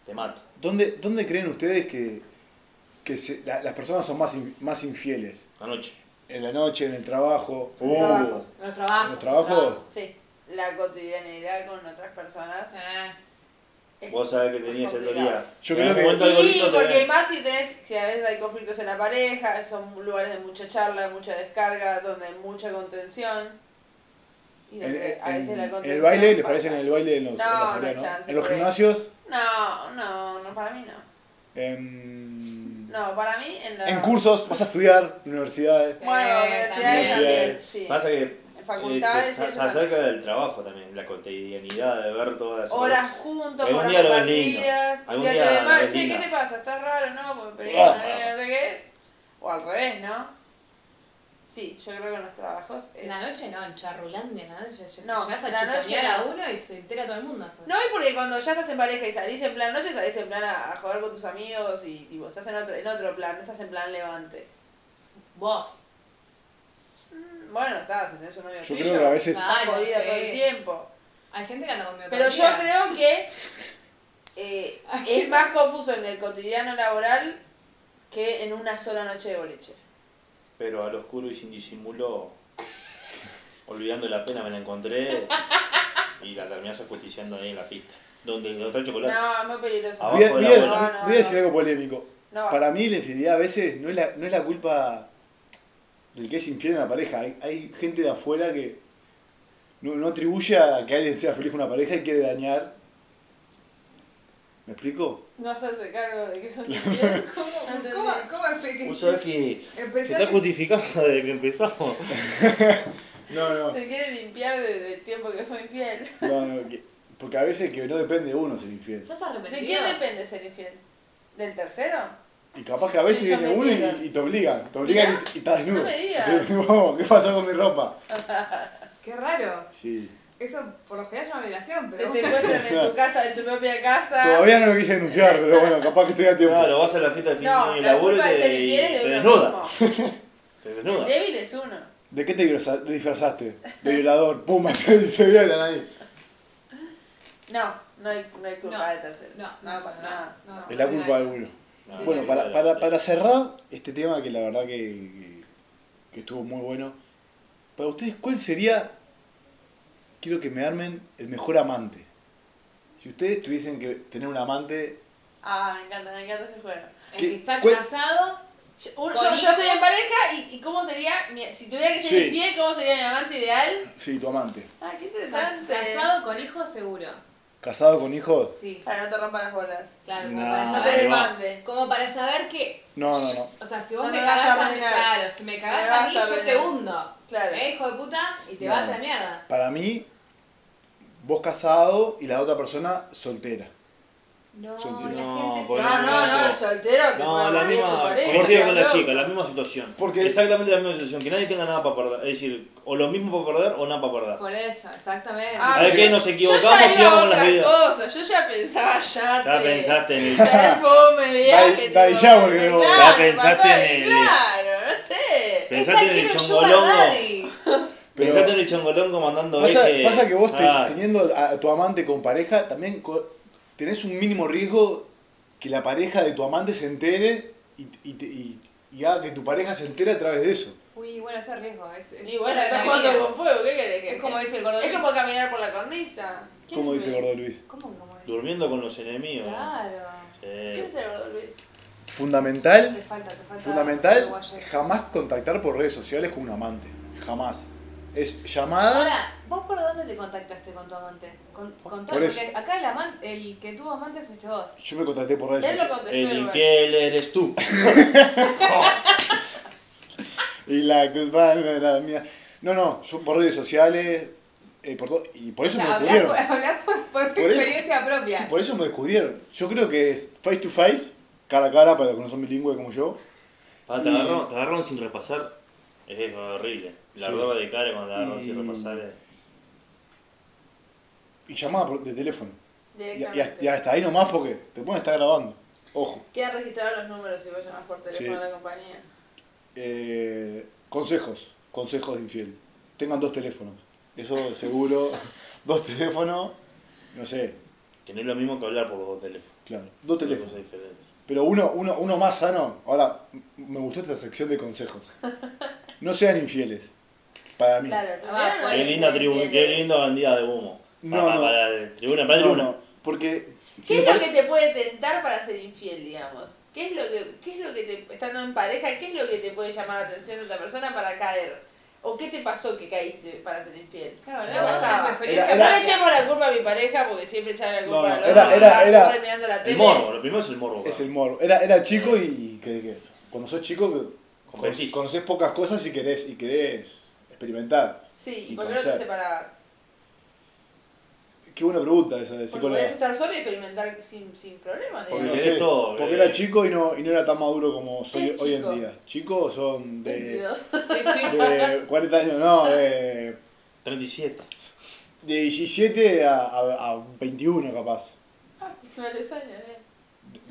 Te mata. ¿dónde, dónde creen ustedes que, que se- la- las personas son más, in- más infieles? Anoche. En la noche, en el trabajo, Uh. Trabajos. Los en trabajos. los trabajos. Sí, la cotidianeidad con otras personas. Ah, es- Vos sabés que tenías el día. Yo En creo algún que- momento algo Sí, lindo te porque ven. más si tenés, si a veces hay conflictos en la pareja, son lugares de mucha charla, de mucha descarga, donde hay mucha contención. Y En, donde a veces en- la en contención el baile, ¿les pasa. parece en el baile en los, en No, las no arenas, hay chance, pues. En los por ahí. gimnasios, No, no, no, para mí no. en, No, para mí en la... en cursos, vas a estudiar, universidades. Bueno, Eh, universidades también, Universidades. sí. Pasa que En eh, se, facultades, se- eso se también. acerca del trabajo también, la cotidianidad de ver todas esas horas juntos, Algún horas día lo ves compartidas. lindo. Un Algún día día te ves lo mal, ves che, ¿qué lindo". te pasa? ¿Estás raro, no? Porque pero Ah. qué? O al revés, ¿no? Sí, yo creo que en los trabajos es... en la noche no, en charrulante en la noche. Yo- No, Llegás a la noche chitonear a no. uno y se entera todo el mundo. después. No, y porque cuando ya estás en pareja y salís en plan noche, salís en plan a, a jugar con tus amigos y tipo, estás en otro, en otro plan, no estás en plan levante. Vos. Mm, Bueno, estás, tenés un novio Yo pillo, creo que a veces- estás Claro, jodida sí. todo el tiempo. Hay gente que anda conmigo todo Pero el yo día. creo que eh, es más confuso en el cotidiano laboral que en una sola noche de boliche. Pero al oscuro y sin disimulo, olvidando la pena, me la encontré y la terminás acusticiando ahí en la pista. Donde, donde está el chocolate. No, es muy peligroso. Abajo Voy a, de la voy a- bola. No, no, voy a decir no. algo polémico. No va. Para mí la infidelidad a veces no es la, no es la culpa del que es infiel en la pareja. Hay, hay gente de afuera que no, no atribuye a que alguien sea feliz con una pareja y quiere dañar. ¿Me explico? No hacerse cargo de que sos infiel. ¿Cómo, entendí. cómo, cómo expliqué? Vos sabés que se Empezaste- está justificando desde que empezamos. No, no. Se quiere limpiar de- del tiempo que fue infiel. no, no, que- porque a veces que no depende de uno ser infiel. ¿Estás ¿De arrepentido? qué depende ser infiel? ¿Del tercero? Y capaz que a veces Eso viene me uno digan. y, y te obligan. Te obligan y, y estás desnudo. No me digas. Entonces, "Wow, ¿Qué pasó con mi ropa? Qué raro. Sí. Eso por lo general es una violación, Te pero. secuestran en tu casa, en tu propia casa. Todavía no lo quise denunciar, pero bueno, capaz que estoy a tiempo. Claro, vas a la fiesta de fin de No, año y la laburo y culpa de ser te, infiel y es te de desnuda. uno mismo. Te El desnuda. débil es uno. ¿De qué te disfraza- te disfrazaste? De violador, pum, te, te violan ahí. No, no hay, no hay culpa No, del tercero. no, no, para nada. no, no. Es la culpa de uno. No, Bueno, no, para, no, para, no. para cerrar este tema que la verdad que, que, que estuvo muy bueno, para ustedes, ¿cuál sería, quiero que me armen, el mejor amante? Si ustedes tuviesen que tener un amante, Ah, me encanta, me encanta este juego. El ¿Qué- que está cuál- casado. Yo, un- Con yo- yo hijos. estoy en pareja y, y cómo sería, mi- si tuviera que ser Sí. infiel, ¿cómo sería mi amante ideal? sí, tu amante, Ah, qué cas- interesante. Casado con hijos seguro. casado con hijos, Sí. Para no te rompa las bolas. Claro, como No, para No te saber. ahí va. demandes. Como para saber que. no, no, no. O sea, si vos No me me vas a cagás a mí. arruinar. Claro, si me cagás Me a vas mí, a yo te arruinar. hundo. Claro. Eh, hijo de puta, y te No. vas a la mierda. Para mí, vos casado y la otra persona soltera. No, Yo- la no, gente por- se. No, no, no, el soltero te No, puede la morir tu misma. pareja. Coincido con la loco. chica, la misma situación. Porque- Exactamente la misma situación. Que nadie tenga nada para perder. Es decir, o lo mismo para perder o nada para perder. Por eso, exactamente. Ah, ¿Sabés pero qué? Nos yo ya equivocamos y iba a íbamos las otra vidas. cosa, Yo ya pensaba ya. Ya pensaste en el. Ya me viaje. Dai- Dai tipo, Yago que vos. claro, Ya pensaste papá, en el- Claro, no sé. Pensaste en el chongolongo. Pero- Pensaste en el chongolongo mandando Pasa, eje. pasa que vos te- Ah, teniendo a, a tu amante con pareja, también co- tenés un mínimo riesgo que la pareja de tu amante se entere y, y te- y- y haga que tu pareja se entere a través de eso. Uy, bueno, ese riesgo. Es, es Y bueno, estás jugando con fuego, ¿qué querés que Es como haga? dice el gordo. Es Luis. como caminar por la cornisa. Eh. ¿Quién Como dice me- Gordo Luis. ¿Cómo que como dice? Durmiendo con los enemigos. Eh, Claro. ¿Qué Sí. es el gordo Luis? Te Fundamental, falta, te falta. fundamental, guayer. jamás contactar por redes sociales con un amante. Jamás. Es llamada. Ahora, ¿vos por dónde te contactaste con tu amante? Con, con todo, Por eso. porque acá el, aman- el que tuvo amante fuiste vos. Yo me contacté por redes Él lo sociales. contestó El igual. infiel eres tú. Y la culpa no era mía. No, no, yo por redes sociales, eh, por todo- y por eso O sea, me hablar descubrieron. por, hablar por, por tu Por eso- experiencia propia. Sí, por eso me descubrieron. Yo creo que es face to face, cara a cara, para los que no son bilingües como yo. Ah, te, Y- agarraron, te agarraron sin repasar. Es horrible. La Sí. roba de cara cuando te agarraron sin Y- repasar. es- Y llamada por- de teléfono. Y, y Directamente. hasta- y hasta ahí nomás porque te pueden estar grabando. Ojo. Quedan registrados los números si vos llamás por teléfono Sí. a la compañía. Eh, consejos, consejos de infiel. Tengan dos teléfonos. Eso seguro. dos teléfonos. No sé, Que no es lo mismo que hablar por los dos teléfonos. claro. Dos Son dos teléfonos. cosas diferentes. Pero uno, uno, uno más sano. Ahora, m- me gustó esta sección de consejos. No sean infieles. Para mí. Claro, Ah, primero no Qué le linda, dicen tribu- bien, qué eh. linda bandida de humo. No, para, no. para la tribuna, para la No, tribuna. no, porque. ¿Qué es lo que te puede tentar para ser infiel, digamos? ¿Qué es lo que, qué es lo que te, estando en pareja, qué es lo que te puede llamar la atención de otra persona para caer? ¿O qué te pasó que caíste para ser infiel? Claro, ¿Qué no, pasaba? no, Era- No le era- echemos la culpa a mi pareja porque siempre echaba la culpa No, no, a los era- otros, era- estaba era- pobre mirando la El tele. morbo, lo primero es el morbo. Es claro. el moro. Era, era chico y. Que, que- cuando sos chico, que Compensís. conoces pocas cosas y querés, y querés experimentar. Sí, Y ¿y por qué no te conocer. separabas? Qué buena pregunta esa de Porque psicóloga. podías estar solo y experimentar sin, sin problemas, Porque No digamos. querés sé, todo, porque eh. era chico y no, y no era tan maduro como ¿Qué soy es hoy chico? en día. Chicos son de, 22. de 40 años, no, de, 37. de 17 a, a- a 21 capaz. Ah, varios años, eh.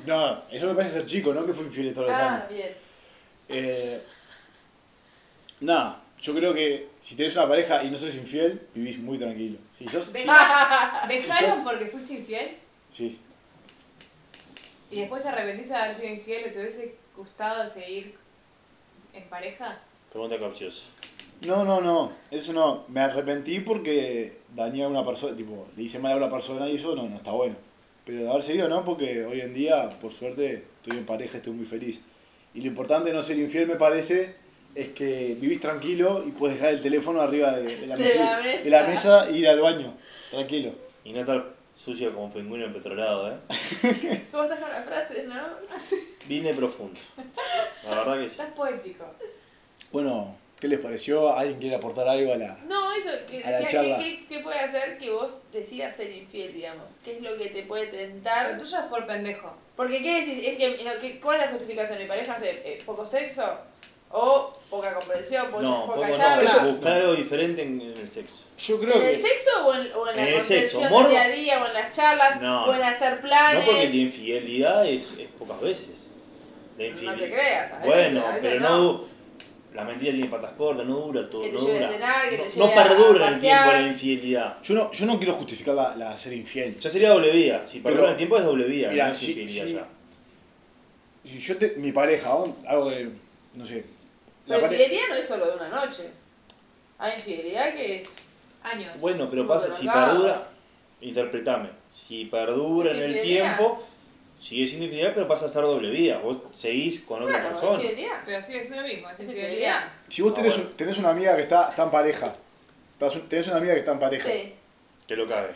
No, eso me parece ser chico, ¿no? Que fui infiel todos los Ah, años. bien. Eh, nada, yo creo que si tenés una pareja y no sos infiel, vivís muy tranquilo. Si sos, sí, ¿Dejaron Quizás- porque fuiste infiel? sí. ¿Y después te arrepentiste de haber sido infiel o te hubiese gustado seguir en pareja? Pregunta capciosa. No, no, no, eso no. Me arrepentí porque dañé a una persona, tipo, le hice mal a una persona y eso no, no está bueno. Pero de haber seguido no, porque hoy en día, por suerte, estoy en pareja, estoy muy feliz. Y lo importante de no ser infiel, me parece, es que vivís tranquilo y puedes dejar el teléfono arriba de, de la, De mesa, la mesa. de la mesa e ir al baño, tranquilo. Y no estar sucio como pingüino empetrolado, ¿eh? ¿Cómo estás con las frases, no? Vine profundo. La verdad que sí. Estás poético. Bueno, ¿qué les pareció? ¿Alguien quiere aportar algo a la...? No, eso, que A la decía, ¿qué, charla. qué, qué puede hacer que vos decidas ser infiel, digamos? ¿Qué es lo que te puede Lo tentar? tuyo es por pendejo. Porque, ¿qué decís? Es que, no, que- ¿Cuál es la justificación? ¿Mi pareja hace eh, poco sexo? ¿O poca comprensión? po- No, poco ¿Poca no. charla? Eso- Buscar algo diferente en, en el sexo. Yo creo ¿En el que... sexo o en, o en la En el sexo, comprensión morbo. del día a día? ¿O en las charlas? No. ¿O en hacer No porque planes? la infidelidad es, es pocas veces. La infidelidad. creas, a veces Bueno, sí, a veces pero no. no. du- la mentira tiene patas cortas, no dura todo. Que te no lleve a dura. cenar, que te no, lleve no a perdura el pasear. tiempo la infidelidad. Yo no, yo no quiero justificar la, la ser infiel. Ya sería doble vía. Si Pero- perdura el tiempo es doble vía. Mirá, no es si- infidelidad si- ya. Si yo te, mi pareja, ¿no? algo de, no sé. La La pare- infidelidad no es solo de una noche. Hay infidelidad que es... Años. Bueno, pero No, pasa, pero si acá- perdura, interpretame, si perdura Es en el infidelidad. tiempo, sigue siendo infidelidad, pero pasa a ser doble vida. Vos seguís con otra Bueno, persona. infidelidad. Pero sí, es lo mismo, es Es infidelidad. infidelidad. Si vos Ah, tenés, bueno. tenés una amiga que está, está en pareja, estás- tenés una amiga que está en pareja, Sí. Que lo cabe.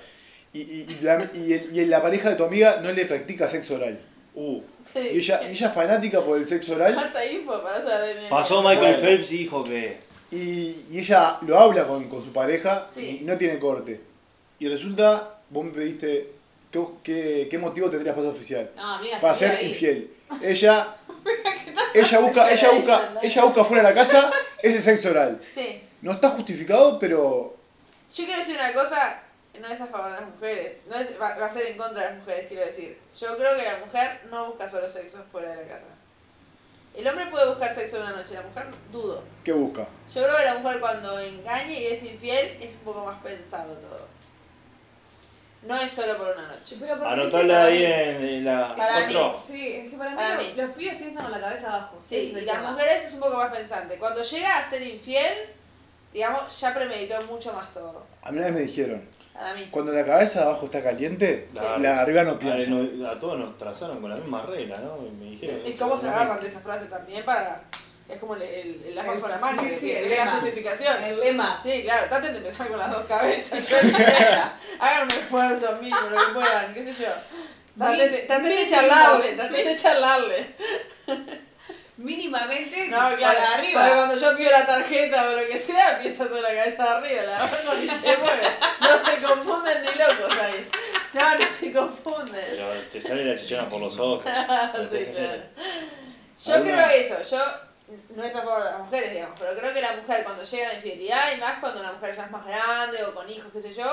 y, y, y la, y el- y la pareja de tu amiga no le practica sexo oral, Uh, sí. y ella, y ella es fanática por el sexo oral, Harta info para saber de mi pasó Michael Bueno. Phelps y dijo que. y, y ella lo habla con, con su pareja Sí. y no tiene corte. Y resulta, vos me pediste, ¿qué, qué, qué motivo tendrías para ser oficial? No, amiga, Para seguí ser ahí. infiel. Ella, ella busca, ella Esa, busca, ¿no? ella busca fuera de la casa ese sexo oral. Sí. No está justificado, pero Yo quiero decir una cosa, no es a favor de las mujeres, no es, va, va a ser en contra de las mujeres, quiero decir. Yo creo que la mujer no busca solo sexo fuera de la casa. El hombre puede buscar sexo una noche, la mujer dudo. ¿qué busca? Yo creo que la mujer cuando engaña y es infiel es un poco más pensado todo. No es solo por una noche. Pero ¿por qué Anotala ahí se- en, en la. Para mí. otro. Sí, es que para mí, Para lo- mí. los pibes piensan con la cabeza abajo. Sí, ese es y el las tema. mujeres es un poco más pensante. Cuando llega a ser infiel, digamos, ya premeditó mucho más todo. A mí una vez me dijeron, Para mí. cuando la cabeza de abajo está caliente, Claro. la de arriba no A, piensa. Ah, no- a todos nos trazaron con la misma regla, ¿no? Y me dijeron. ¿Y cómo se agarran de esa frase también para.? Es como el, el, el ajo con la mano, Sí, que sí, tiene el la lema. justificación. El lema. Sí, claro, traten de pensar con las dos cabezas. Hagan un esfuerzo mínimo, lo que puedan, qué sé yo. Traten de, traten de charlarle, traten de charlarle. mínimamente No, claro. para arriba. Porque cuando yo pido la tarjeta o lo que sea, piensa sobre la cabeza de arriba, la abajo ni se mueve. No se confunden ni locos ahí. No, no se confunden. Pero te sale la chichona por los ojos. Sí, claro. Yo ¿Alguna? creo eso, yo no es a favor de las mujeres, digamos, pero creo que la mujer cuando llega a la infidelidad, y más cuando la mujer ya es más grande o con hijos, qué sé yo,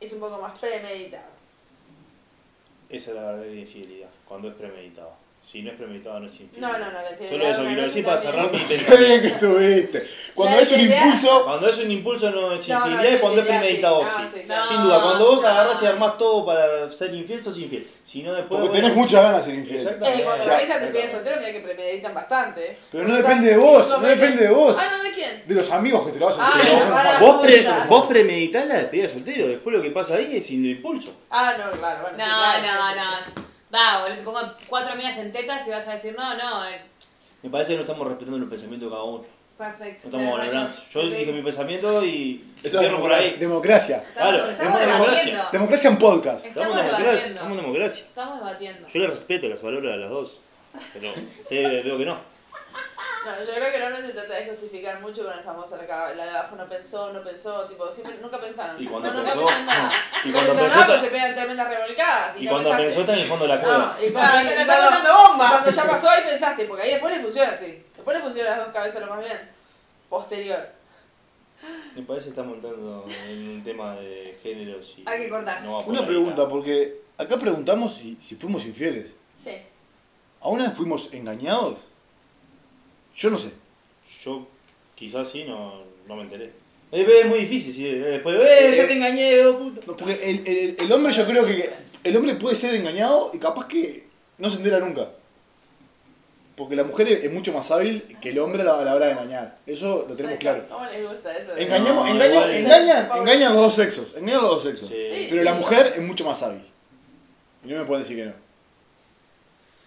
es un poco más premeditado. Esa es la verdadera infidelidad, cuando es premeditado. Si no es premeditado, no es infidelidad. No, no, no, la infidelidad. Solo eso una quiero noche decir para cerrar también. Qué mi bien pensamiento. que estuviste. Cuando La es un idea- impulso, Cuando es un impulso no es No, no, infidelidad es y cuando es infidelidad, premeditado, sí. Ah, sí. sí, claro. Sin duda, cuando vos No. agarrás y armás todo para ser infiel, sos infiel. Si no, después. porque bueno, tenés muchas ganas de ser infiel. Exacto. Eh, cuando Exacto. realizas te pides soltero, mira que premeditan bastante. ¿eh? Pero no depende de vos, Cinco no meses. depende de vos. Ah, no, ¿de quién? De los amigos que te lo hacen. Ah, Esos son los para- malos. Vos, pre- puta. vos premeditas la despedida de soltero, después lo que pasa ahí es sin impulso. Ah, no, claro, bueno. sí, No, claro, no, sí. no. Va, boludo, te pongo cuatro minas en tetas y vas a decir, no, no, eh, Me parece que no estamos respetando los pensamientos de cada uno. No perfecto. estamos tenés valorando. razón. Yo Ok. dije mi pensamiento y Esto es cierro por ahí. Democracia. Estamos, Claro, estamos es una debatiendo. democracia. Democracia en podcast. Estamos Estamos en democracia. debatiendo. Estamos en democracia. Estamos debatiendo. Yo les respeto, las valoro a las dos. Pero ustedes veo que no. No, yo creo que no, no se trata de justificar mucho con el famoso, la, ca- la de abajo no pensó, no pensó, tipo, siempre, nunca pensaron. Y cuando no, nunca pensó, pensaron nada. no. Y No cuando pensaron pensó, nada, pero ta- se pegan tremendas revolcadas. Y no cuando pensaste. pensó está en el fondo de la cueva. No, Ah, y cuando, Claro, te y la cuando- está dando bomba. y cuando ya pasó ahí pensaste, porque ahí después le funciona así. Después le funcionan las dos cabezas lo más bien. Posterior. Me parece que estamos entrando en un tema de géneros y. Hay que cortar. no va por Una ahí, pregunta, nada. porque acá preguntamos si, si fuimos infieles. Sí. ¿A una fuimos engañados? Yo no sé. Yo quizás sí, no, no me enteré. Eh, Es muy difícil, sí. Después, eh, yo te engañé, oh, puta. No, porque el, el- el hombre yo creo que el hombre puede ser engañado y capaz que no se entera nunca. Porque la mujer es mucho más hábil que el hombre a la, a la hora de engañar. Eso lo tenemos claro. ¿Cómo les gusta eso? Engañamos, No, engañan, igual es- engañan, engañan a los dos sexos. Engañan a los dos sexos. Sí. Pero la mujer es mucho más hábil. Y no me pueden decir que no.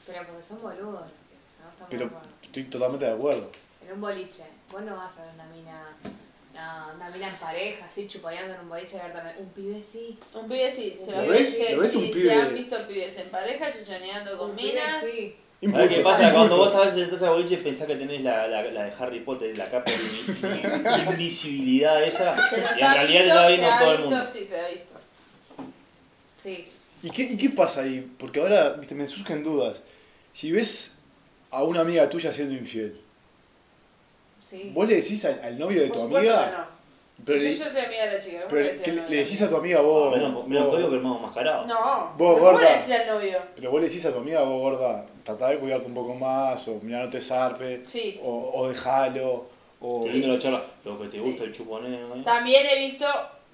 Pero porque son boludos. No estamos de Pero acuerdo. estoy totalmente de acuerdo. En un boliche, vos no vas a ver una mina. No, una mina en pareja, así chuponeando en un boliche abiertamente. Un pibe sí. Un pibe sí, se ¿Lo lo ves? se- ¿Lo ves sí, un se pibe? han visto pibes en pareja chuchoneando con un pibe minas. sí. ¿Sabés Impulsos, qué pasa? Cuando impulsos. vos a veces entras a boliche pensás que tenés la, la, la de Harry Potter, la capa de in- in- invisibilidad esa, Se los y en ha realidad te visto, está se viendo ha todo el visto, mundo. Sí, se ha visto. Sí. ¿Y qué, ¿Y qué pasa ahí? Porque ahora viste, me surgen dudas. Si ves a una amiga tuya siendo infiel, Sí. vos le decís al, al novio de Por tu supuesto amiga, que no. pero, yo, le, yo soy amiga de la chica. ¿cómo pero le le- decís que al le, novio? le decís a tu amiga Ah, vos. menos- menos vos- código que hermano mascarado. No, Vos, ¿cómo gorda. le decís al novio? Pero vos le decís a tu amiga, vos gorda, tratá de cuidarte un poco más, o mirá no te zarpe, Sí. o, o dejalo, o... Teniendo la charla, lo que te gusta Sí. el chuponeo, ¿eh? También he visto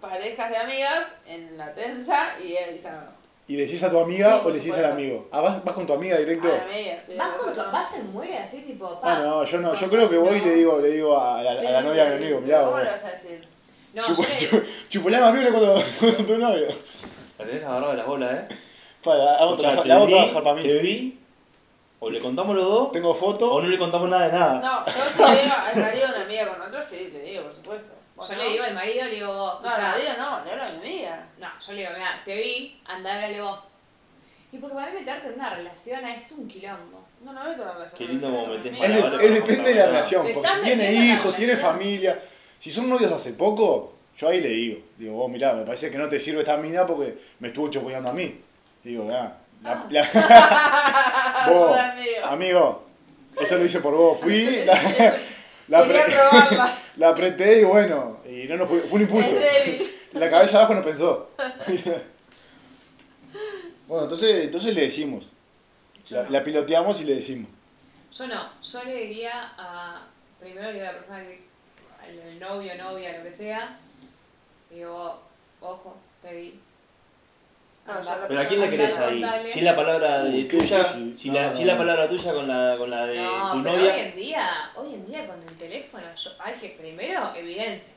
parejas de amigas en la tensa y he avisado. Y le decís a tu amiga Sí, o por le decís al supuesto. Ah, amigo. Ah, ¿vas, vas con tu amiga A directo? la media, sí. Vas con tu, Yo no. vas al muere así tipo. pa. Ah, no, yo no, yo creo que voy y No. le digo, le digo a la, a Sí, la sí, novia de sí. mi amigo, mirá, ¿Cómo vos, le vas a decir? No, chupo- yo le- chu- chupolá más bien cuando con tu novio. La tenés agarrada de las bolas, ¿eh? Para, hago Escuchá, trabajar, te la hago vi, trabajar para Te mí. vi, o le contamos los dos, Tengo foto. o no le contamos nada de nada. No, yo si veo al marido de una amiga con otro, sí, le digo, por supuesto. ¿Vos Yo no? le digo al marido, le digo vos. No, al escuchá, marido no, le hablo a mi amiga. No, yo le digo, mira, te vi, andá, háblale vos. Y porque para mí meterte en una relación es un quilombo. No, no veo toda la relación. Qué lindo no, como no, metés no, Es, Para, de- vale, es para depende de comprar, la ¿verdad? relación, Te porque estás si tiene metiendo en la hijos, tiene relación. familia, si son novios hace poco, yo ahí le digo, digo, vos mirá, me parece que no te sirve esta mina porque me estuvo chocoleando a mí. Digo, ah, la, la- vos, amigo. amigo, esto lo hice por vos, fui, la, la, Quería apre- probarla. la apreté y bueno, y no nos pu- fue un impulso. Es débil. La cabeza abajo no pensó. bueno, entonces, entonces le decimos, la, la piloteamos y le decimos. Yo no, yo le diría a. Primero le digo a la persona que. al al novio, novia, lo que sea. Le digo, ojo, te vi. No, yo la- Pero ¿a quién la querés ahí? Contale. Si es la palabra de Uh, qué tuya, difícil. si, No, la, no, si es la no. palabra tuya con la, con la de No, tu pero hoy novia, en día, hoy en día con el teléfono, yo, hay que primero evidencia.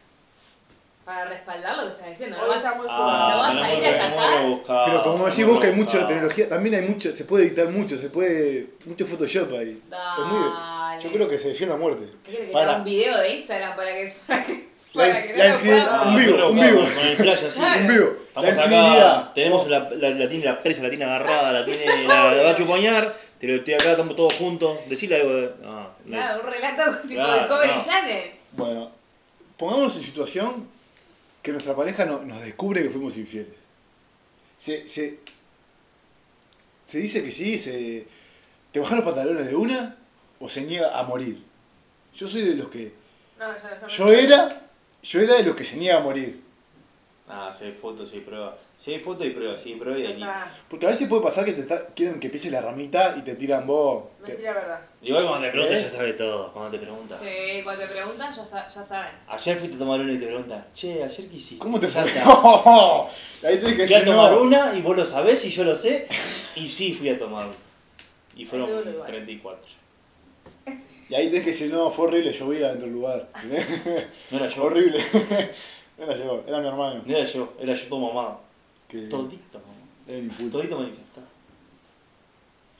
Para respaldar lo que estás diciendo. No Hoy vas está a. muy ah, fuerte. ¿Lo vas no a me ir lo- a no me lo atacar? buscaba, Pero como decís Ah, no me vos que hay lo mucho de buscaba. tecnología, también hay mucho, se puede editar mucho, se puede. mucho Photoshop ahí. Es muy- Dale. yo creo que se defiende a muerte. ¿Qué querés que te Para. haga un video de Instagram para que, para que, La- para que la no lo infidel- puedan- Ah, un vivo, no me lo un buscaba, vivo. Con el flash así. Claro. En vivo. La Estamos acá, infidelidad. tenemos la, la, la tiene la presa, la tiene agarrada, la tiene la, la va a chupoñar, te lo estoy acá, estamos todos juntos. Decile algo de. Ah, no. Claro, un relato tipo Claro, de Cobre no. Channel. Bueno, pongámonos en situación que nuestra pareja no- nos descubre que fuimos infieles. Se, se, se dice que sí, se, te bajan los pantalones de una o se niega a morir. Yo soy de los que... No, ya déjame. Yo era, yo era de los que se niega a morir. Ah, si hay fotos, si hay pruebas. Si hay fotos, hay pruebas. Si hay pruebas, Ya hay delito. Ah, está. Porque a veces puede pasar que te ta- quieren que pises la ramita y te tiran vos. te- Mentira, verdad. Igual cuando te preguntas ¿Eh? ya sabe todo. Cuando te preguntas. Sí, cuando te preguntan ya, sa- ya saben. Ayer fuiste a tomar una y te preguntan, che, ayer qué hiciste. ¿Cómo te Ya fue? está. Ahí tenés que Fui a decir tomar no. una y vos lo sabés y yo lo sé. Y sí fui a tomar una. Y fueron Ay, duro igual. 34. Y ahí tenés que decir no, fue horrible, yo vivía dentro del lugar. No era yo. horrible. No era yo, era mi hermano. No era yo, era yo todo mamado. Que Todito, mamá. era mi impulso. Todito manifestado.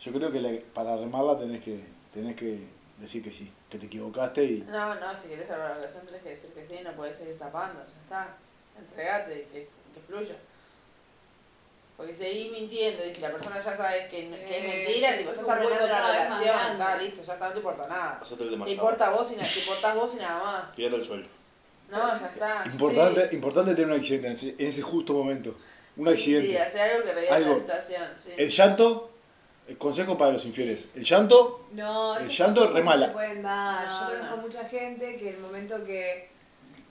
Yo creo que la- para remarla tenés que, tenés que decir que sí, que te equivocaste y. No, no, si querés salvar la relación tenés que decir que sí, no podés seguir tapando, ya está. Entregate, que, que fluya. Porque seguís mintiendo y si la persona ya sabe que, no- que es Eh, mentira, sí, tipo, es estás un arruinando hueco la cada vez más relación, grande. está listo, ya está, no te importa nada. Nosotros el de Te Mayor. importa vos y, na- te importás vos y nada más. Tirate al suelo. No, ya está. Importante, Ah, sí. importante tener un accidente en ese, en ese justo momento. Un accidente. Sí, sí, hacer algo que revierte Algo. la situación. Sí. El llanto, el consejo para los infieles. El llanto No, El esos llanto consejos re no mala. se pueden dar. No, Yo conozco no. mucha gente que el momento que,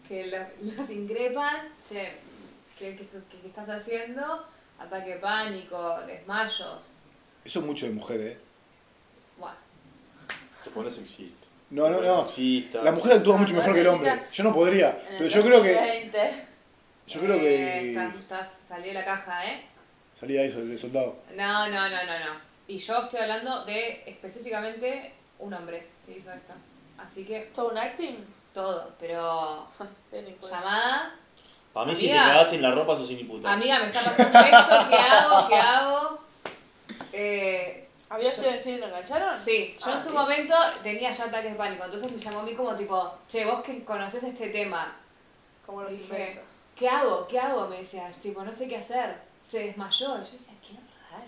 que la- las increpan, che, ¿qué, qué estás, qué- qué estás haciendo? Ataque de pánico, desmayos. Eso es mucho de mujer, ¿eh? Bueno, Te pones sexista. No, no, no. Sexista. La mujer actúa Ah, mucho mejor que el hombre. Yo no podría. En el Pero yo creo que. 2020. Yo creo eh, que. estás, estás salí de la caja, ¿eh? Salía eso, de soldado. No, no, no, no, no. Y yo estoy hablando de específicamente un hombre que hizo esto. Así que ¿Todo un acting? todo, pero Qué ni Pues cuenta. llamada, Para mí, si te Amiga. cagás en la ropa, sos inimputable. amiga, me está pasando esto, ¿qué hago? ¿Qué hago? Eh, ¿Había yo- sido en fin y lo engancharon? Sí, yo Ah, en su sí. momento tenía ya ataques de pánico, entonces me llamó a mí como tipo, che, vos que conocés este tema, Como los Dije, invento. ¿qué hago? ¿Qué hago? Me decía, tipo, no sé qué hacer. Se desmayó. Y yo decía, qué raro.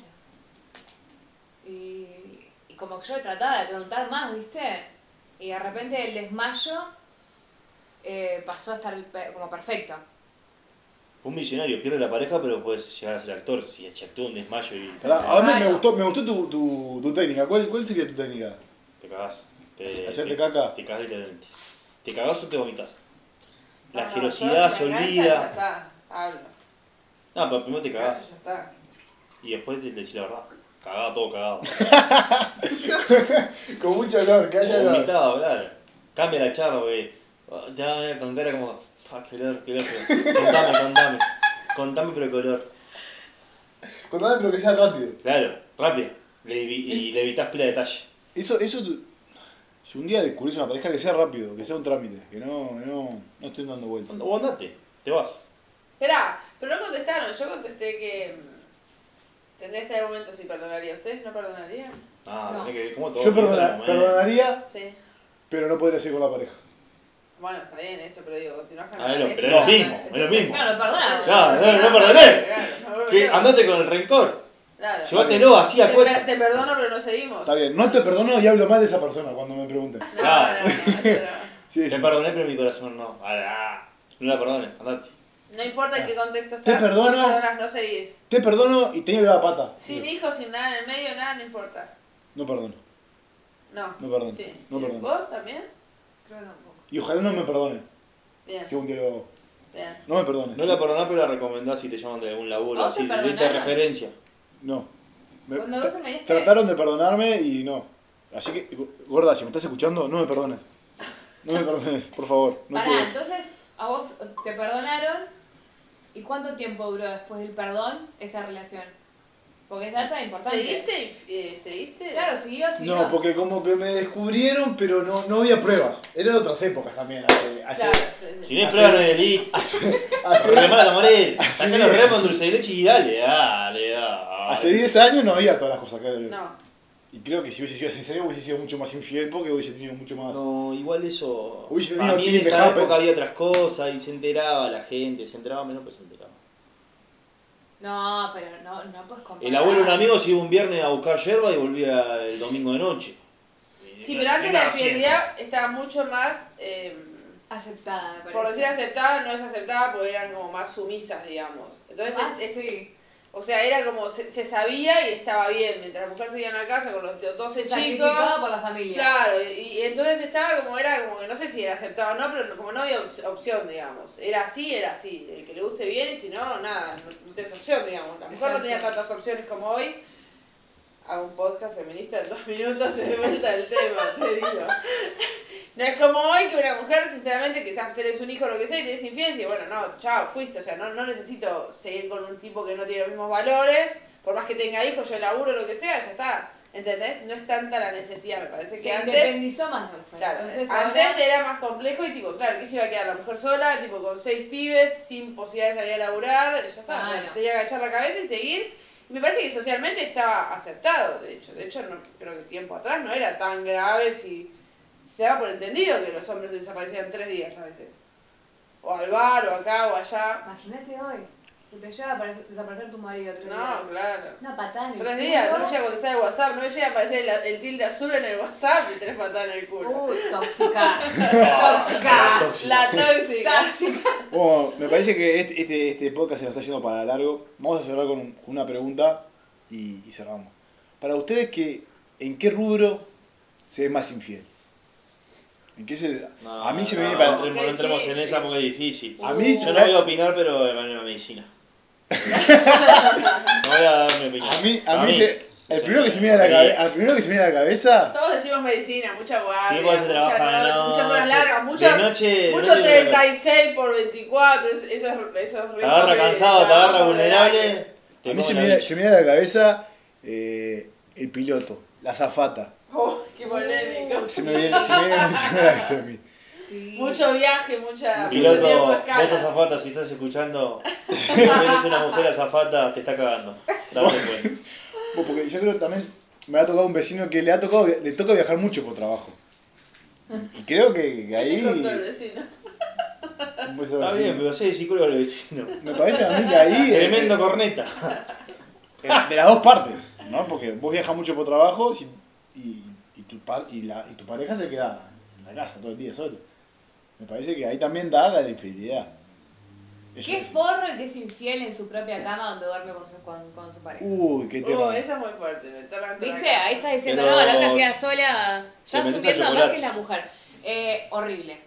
Y, y como que yo trataba de preguntar más, ¿viste? Y de repente el desmayo eh, pasó a estar pe- como perfecto. Un millonario pierde la pareja, pero puedes llegar a ser actor. Si si actúa un desmayo y Pará, a mí me Claro. gustó, me gustó tu, tu, tu técnica. ¿Cuál, ¿Cuál sería tu técnica? te cagás. Te, Hacerte te- caca. Te cagás literalmente. Te cagás o te vomitas. La No, no, asquerosidad Ah, yo se si me enganchan, Ya olvida. está, hablo. No, pero primero te Ya cagás. está. Y después te decís la verdad. Cagado, todo cagado. Con mucho olor, que haya olor. Vomitado, claro. Cambia la charla, porque ah, te van a ver con cara como, ah, qué olor, qué olor. pero Contame, contame. Contame, pero qué olor. Contame, pero que sea rápido. Claro, rápido. Le evi- y le evitás pila de detalle. Eso, eso. tu- Si un día descubrís una pareja, que sea rápido, que sea un trámite. Que no, que no, no estén dando vueltas. O andate, te vas. Esperá, pero no contestaron. Yo contesté que. mm, Tendría este momento si perdonaría. ¿Ustedes no perdonarían? Ah, No. tenés que como todo. Yo perdona- Como, eh. perdonaría, Sí. pero no podría ser con la pareja. Bueno, está bien eso, pero digo, continuás con Ah, es lo- pareja. pero es lo mismo, es lo Entonces, mismo. Claro, perdón. Ya, no, no Claro, perdoné. claro, no Que perdoné. andate con el rencor. Claro. Llévatelo así a Te, per- cuesta. te perdono, pero no seguimos. Está bien, no te perdono y hablo mal de esa persona cuando me pregunten. No, Claro. no, no, pero- Sí, Te sí. perdoné, pero mi corazón no. Ará. No la perdones, andate. No importa en qué contexto Te estás. perdono. No perdonas, no seguís. Te perdono y te llevo la pata. Sin hijos, sin nada en el medio, nada, no importa. No perdono, No. no perdono, Sí. no ¿Y perdono. ¿Vos también? Creo que tampoco. Y ojalá no me perdone. Bien, Si un día lo hago. bien. No me perdone. No la perdonás, pero la recomendás si te llaman de algún laburo. ¿A vos te Así, te diste perdonaron? referencia. No. Me- Cuando tra- vos engañaste- trataron de perdonarme y no. Así que, go- gorda, si me estás escuchando, no me perdones. No me perdones, por favor. No Pará, quiero eso. entonces a vos o sea, te perdonaron. ¿Y cuánto tiempo duró después del perdón esa relación? Porque es data importante. ¿Seguiste? inf- eh, ¿Seguiste? Claro, siguió, siguió. No, porque como que me descubrieron, pero no, no había pruebas. Era de otras épocas también. Hace, hace, Claro, sí, sí. Si no hay Así- prueba, no hay delito. hace- Problemá la morir. Así Sacá los es. problemas con dulce de leche y dale, dale, dale. hace 10 años no había todas las cosas que hay hoy. No. Y creo que si hubiese sido hace 10 años hubiese sido mucho más infiel porque hubiese tenido mucho más. No, igual eso. Uy, yo para digo, mí en tiene que esa happen. época había otras cosas y se enteraba la gente, se enteraba menos, pero se enteraba. No, pero no, no puedes comprar. El abuelo de un amigo se iba un viernes a buscar yerba y volvía el domingo de noche. Sí, pero antes la infidelidad estaba mucho más, eh, Aceptada, me parece. por decir aceptada, no es aceptada porque eran como más sumisas, digamos. Entonces, Ah, es- es- sí. o sea, era como, se, se sabía y estaba bien, mientras la mujer seguía en la casa con los 12 Se chicos. sacrificaba por la familia. Claro, y, y entonces estaba como, era como que no sé si era aceptado o no, pero como no había op- opción, digamos. Era así, era así. El que le guste bien y si no, nada, no, no tenés opción, digamos. La mujer no Exacto. tenía tantas opciones como hoy. Hago un podcast feminista en dos minutos, te doy vuelta el tema, te digo. No es como hoy que una mujer, sinceramente, quizás tenés un hijo o lo que sea y tenés infiel y bueno, no, chao, fuiste. O sea, no, no necesito seguir con un tipo que no tiene los mismos valores. Por más que tenga hijos, yo laburo, lo que sea, ya está. ¿Entendés? No es tanta la necesidad, me parece que Se antes... independizó más la mujer. Claro, Entonces, antes ahora, era más complejo y tipo, claro, ¿qué se iba a quedar la mujer sola? Tipo, con seis pibes, sin posibilidad de salir a laburar, ya está, Claro. tenía que agachar la cabeza y seguir. Me parece que socialmente estaba aceptado, de hecho. De hecho, no, creo que tiempo atrás no era tan grave si se daba por entendido que los hombres desaparecían tres días a veces. O al bar, o acá, o allá. Imagínate hoy. Que te lleva a apare- desaparecer tu marido tres No, días. claro. Una patada en el Tres días, no culo. llega a contestar el WhatsApp, no llega a aparecer el, el tilde azul en el WhatsApp y tres patadas en el culo. Uh, tóxica. Ah, tóxica. tóxico. La tóxica. Tóxica. Bueno, me parece que este, este, este podcast se nos está yendo para largo. Vamos a cerrar con, un- con una pregunta y, y cerramos. Para ustedes, que, ¿en qué rubro se es más infiel? ¿En qué se- No, a mí se me no, viene no para... entremos, no entremos en esa porque es difícil. A mí, Yo no ¿sabes? voy a opinar, pero en la medicina. No voy a dar mi opinión. A mí, a mí se- el primero que se me viene a la Sí. cabeza, al primero que se me viene a la cabeza, Todos decimos medicina, mucha Sí, guardia, porque se mucha trabaja de noche, noche, muchas horas largas, de mucha, noche, de mucho noche, 36 por 24, es- eso es, eso es Te agarra cansado, te agarra vulnerable. te a mí come se la me viene, bicha. se me viene a la cabeza eh, el piloto, la zafata. Oh, qué polémico. Se me viene, se me viene mucho a la cabeza a mí. Sí. Mucho viaje, mucha, mucho tiempo de Piloto, vos escala. azafata, si estás escuchando, si eres una mujer azafata, te está cagando. Date cuenta. Bueno, Porque yo creo que también me ha tocado un vecino que le ha tocado, le toca viajar mucho por trabajo. Y creo que, que ahí. Con todo el vecino. un beso Está al bien, vecino. pero soy psicólogo del vecino. Me parece a mí que ahí. eh, Tremendo corneta. eh, de las dos partes, ¿no? Porque vos viajas mucho por trabajo si- y, y tu par- y, la- y tu pareja se queda en la casa todo el día solo. Me parece que ahí también da la infidelidad. Eso ¿Qué es- forro el que es infiel en su propia cama donde duerme con su, con, con su pareja? Uy, qué tema. Oh, esa es muy fuerte. me está arrancando ¿Viste? la cabeza. Ahí estás diciendo, Pero- no, la otra queda sola, Te metes ya a subiendo a más chocolate. que es la mujer. Eh, horrible,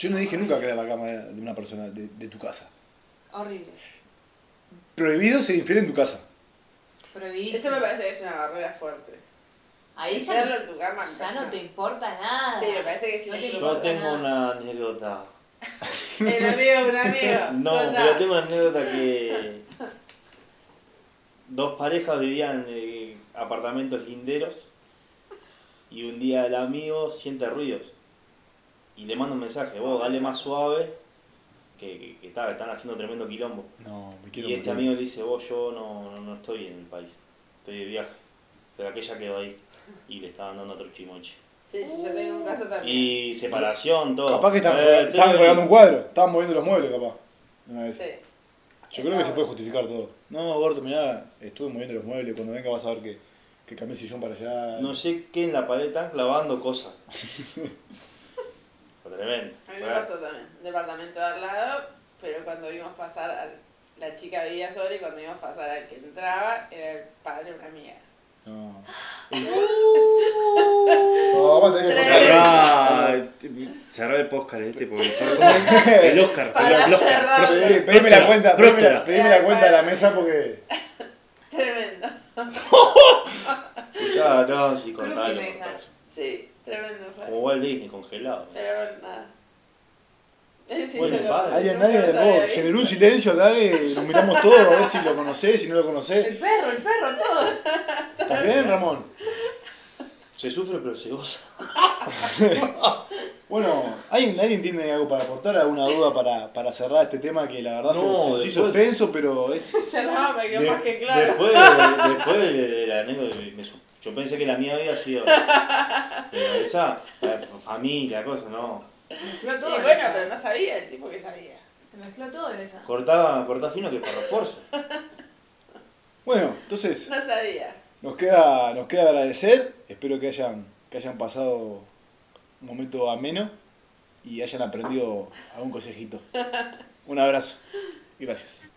Yo no dije nunca que era la cama de de una persona de, de tu casa. horrible. Prohibido ser infiel en tu casa. Eso me Prohibidísimo. parece que es una barrera fuerte. Ahí ya Hacerlo no, en tu cama. me ya parece no una- te importa nada. Sí, me parece que sí. No te Yo importa tengo nada. una anécdota. El amigo, de un amigo. No, Contá. pero tengo una anécdota que dos parejas vivían en apartamentos linderos y un día el amigo siente ruidos y le manda un mensaje, vos dale más suave, que, que- que está- están haciendo tremendo quilombo. No, me quiero Y este morir. amigo le dice, vos yo no, no, no estoy en el país, estoy de viaje, pero aquella quedó ahí y le estaban dando otro chimoche. Sí, sí, yo tengo un caso también. Y separación, todo. Capaz que estaban, Eh, colgando- estoy- estaban colgando un cuadro, estaban moviendo los muebles, capaz. de una vez. Sí. Yo creo que se puede justificar todo. No, gordo, mirá, estuve moviendo los muebles, cuando venga vas a ver que, que cambié el sillón para allá. No sé qué en la pared están clavando cosas. Fue Tremendo. A mí me pasó también, departamento de al lado, pero cuando vimos pasar, al- la chica vivía sola y cuando vimos pasar al que entraba era el padre de una amiga. No. Uh. No, vamos a tener que cortar. cerrar el podcast este porque el Oscar, Para el Oscar. cerrar, Pedí- Pedime la cuenta, pedime la, Próspera. pedime la cuenta de la mesa porque. tremendo. Escuchá, no, sí, Cruz y cortalo, me deja. cortalo. Sí, tremendo Como fue. Walt Disney congelado. Pero bueno, nada. Él se Bueno, hizo padre. como si Hay nunca nadie lo de había vos. visto. Generó un silencio acá que nos miramos todos a ver si lo conocés, si no lo conocés. El perro, el perro, todo. ¿Estás bien, Ramón? Se sufre pero se goza. Bueno, ¿alguien, ¿alguien tiene algo para aportar? ¿Alguna duda para, para cerrar este tema que la verdad se- se, No, nos después- hizo extenso, pero es. No, me quedó De- más que claro. Después, de, después de, de la anécdota, me su- yo pensé que la mía había sido. Pero esa, la familia, cosa, no. Se mezcló Y todo. en bueno, esa. pero no sabía el tipo que sabía. Se mezcló todo en esa. Cortaba, cortá fino que para refuerzo. Bueno, entonces No sabía. nos queda, nos queda agradecer. Espero que hayan, que hayan pasado un momento ameno y hayan aprendido algún consejito. Un abrazo y gracias.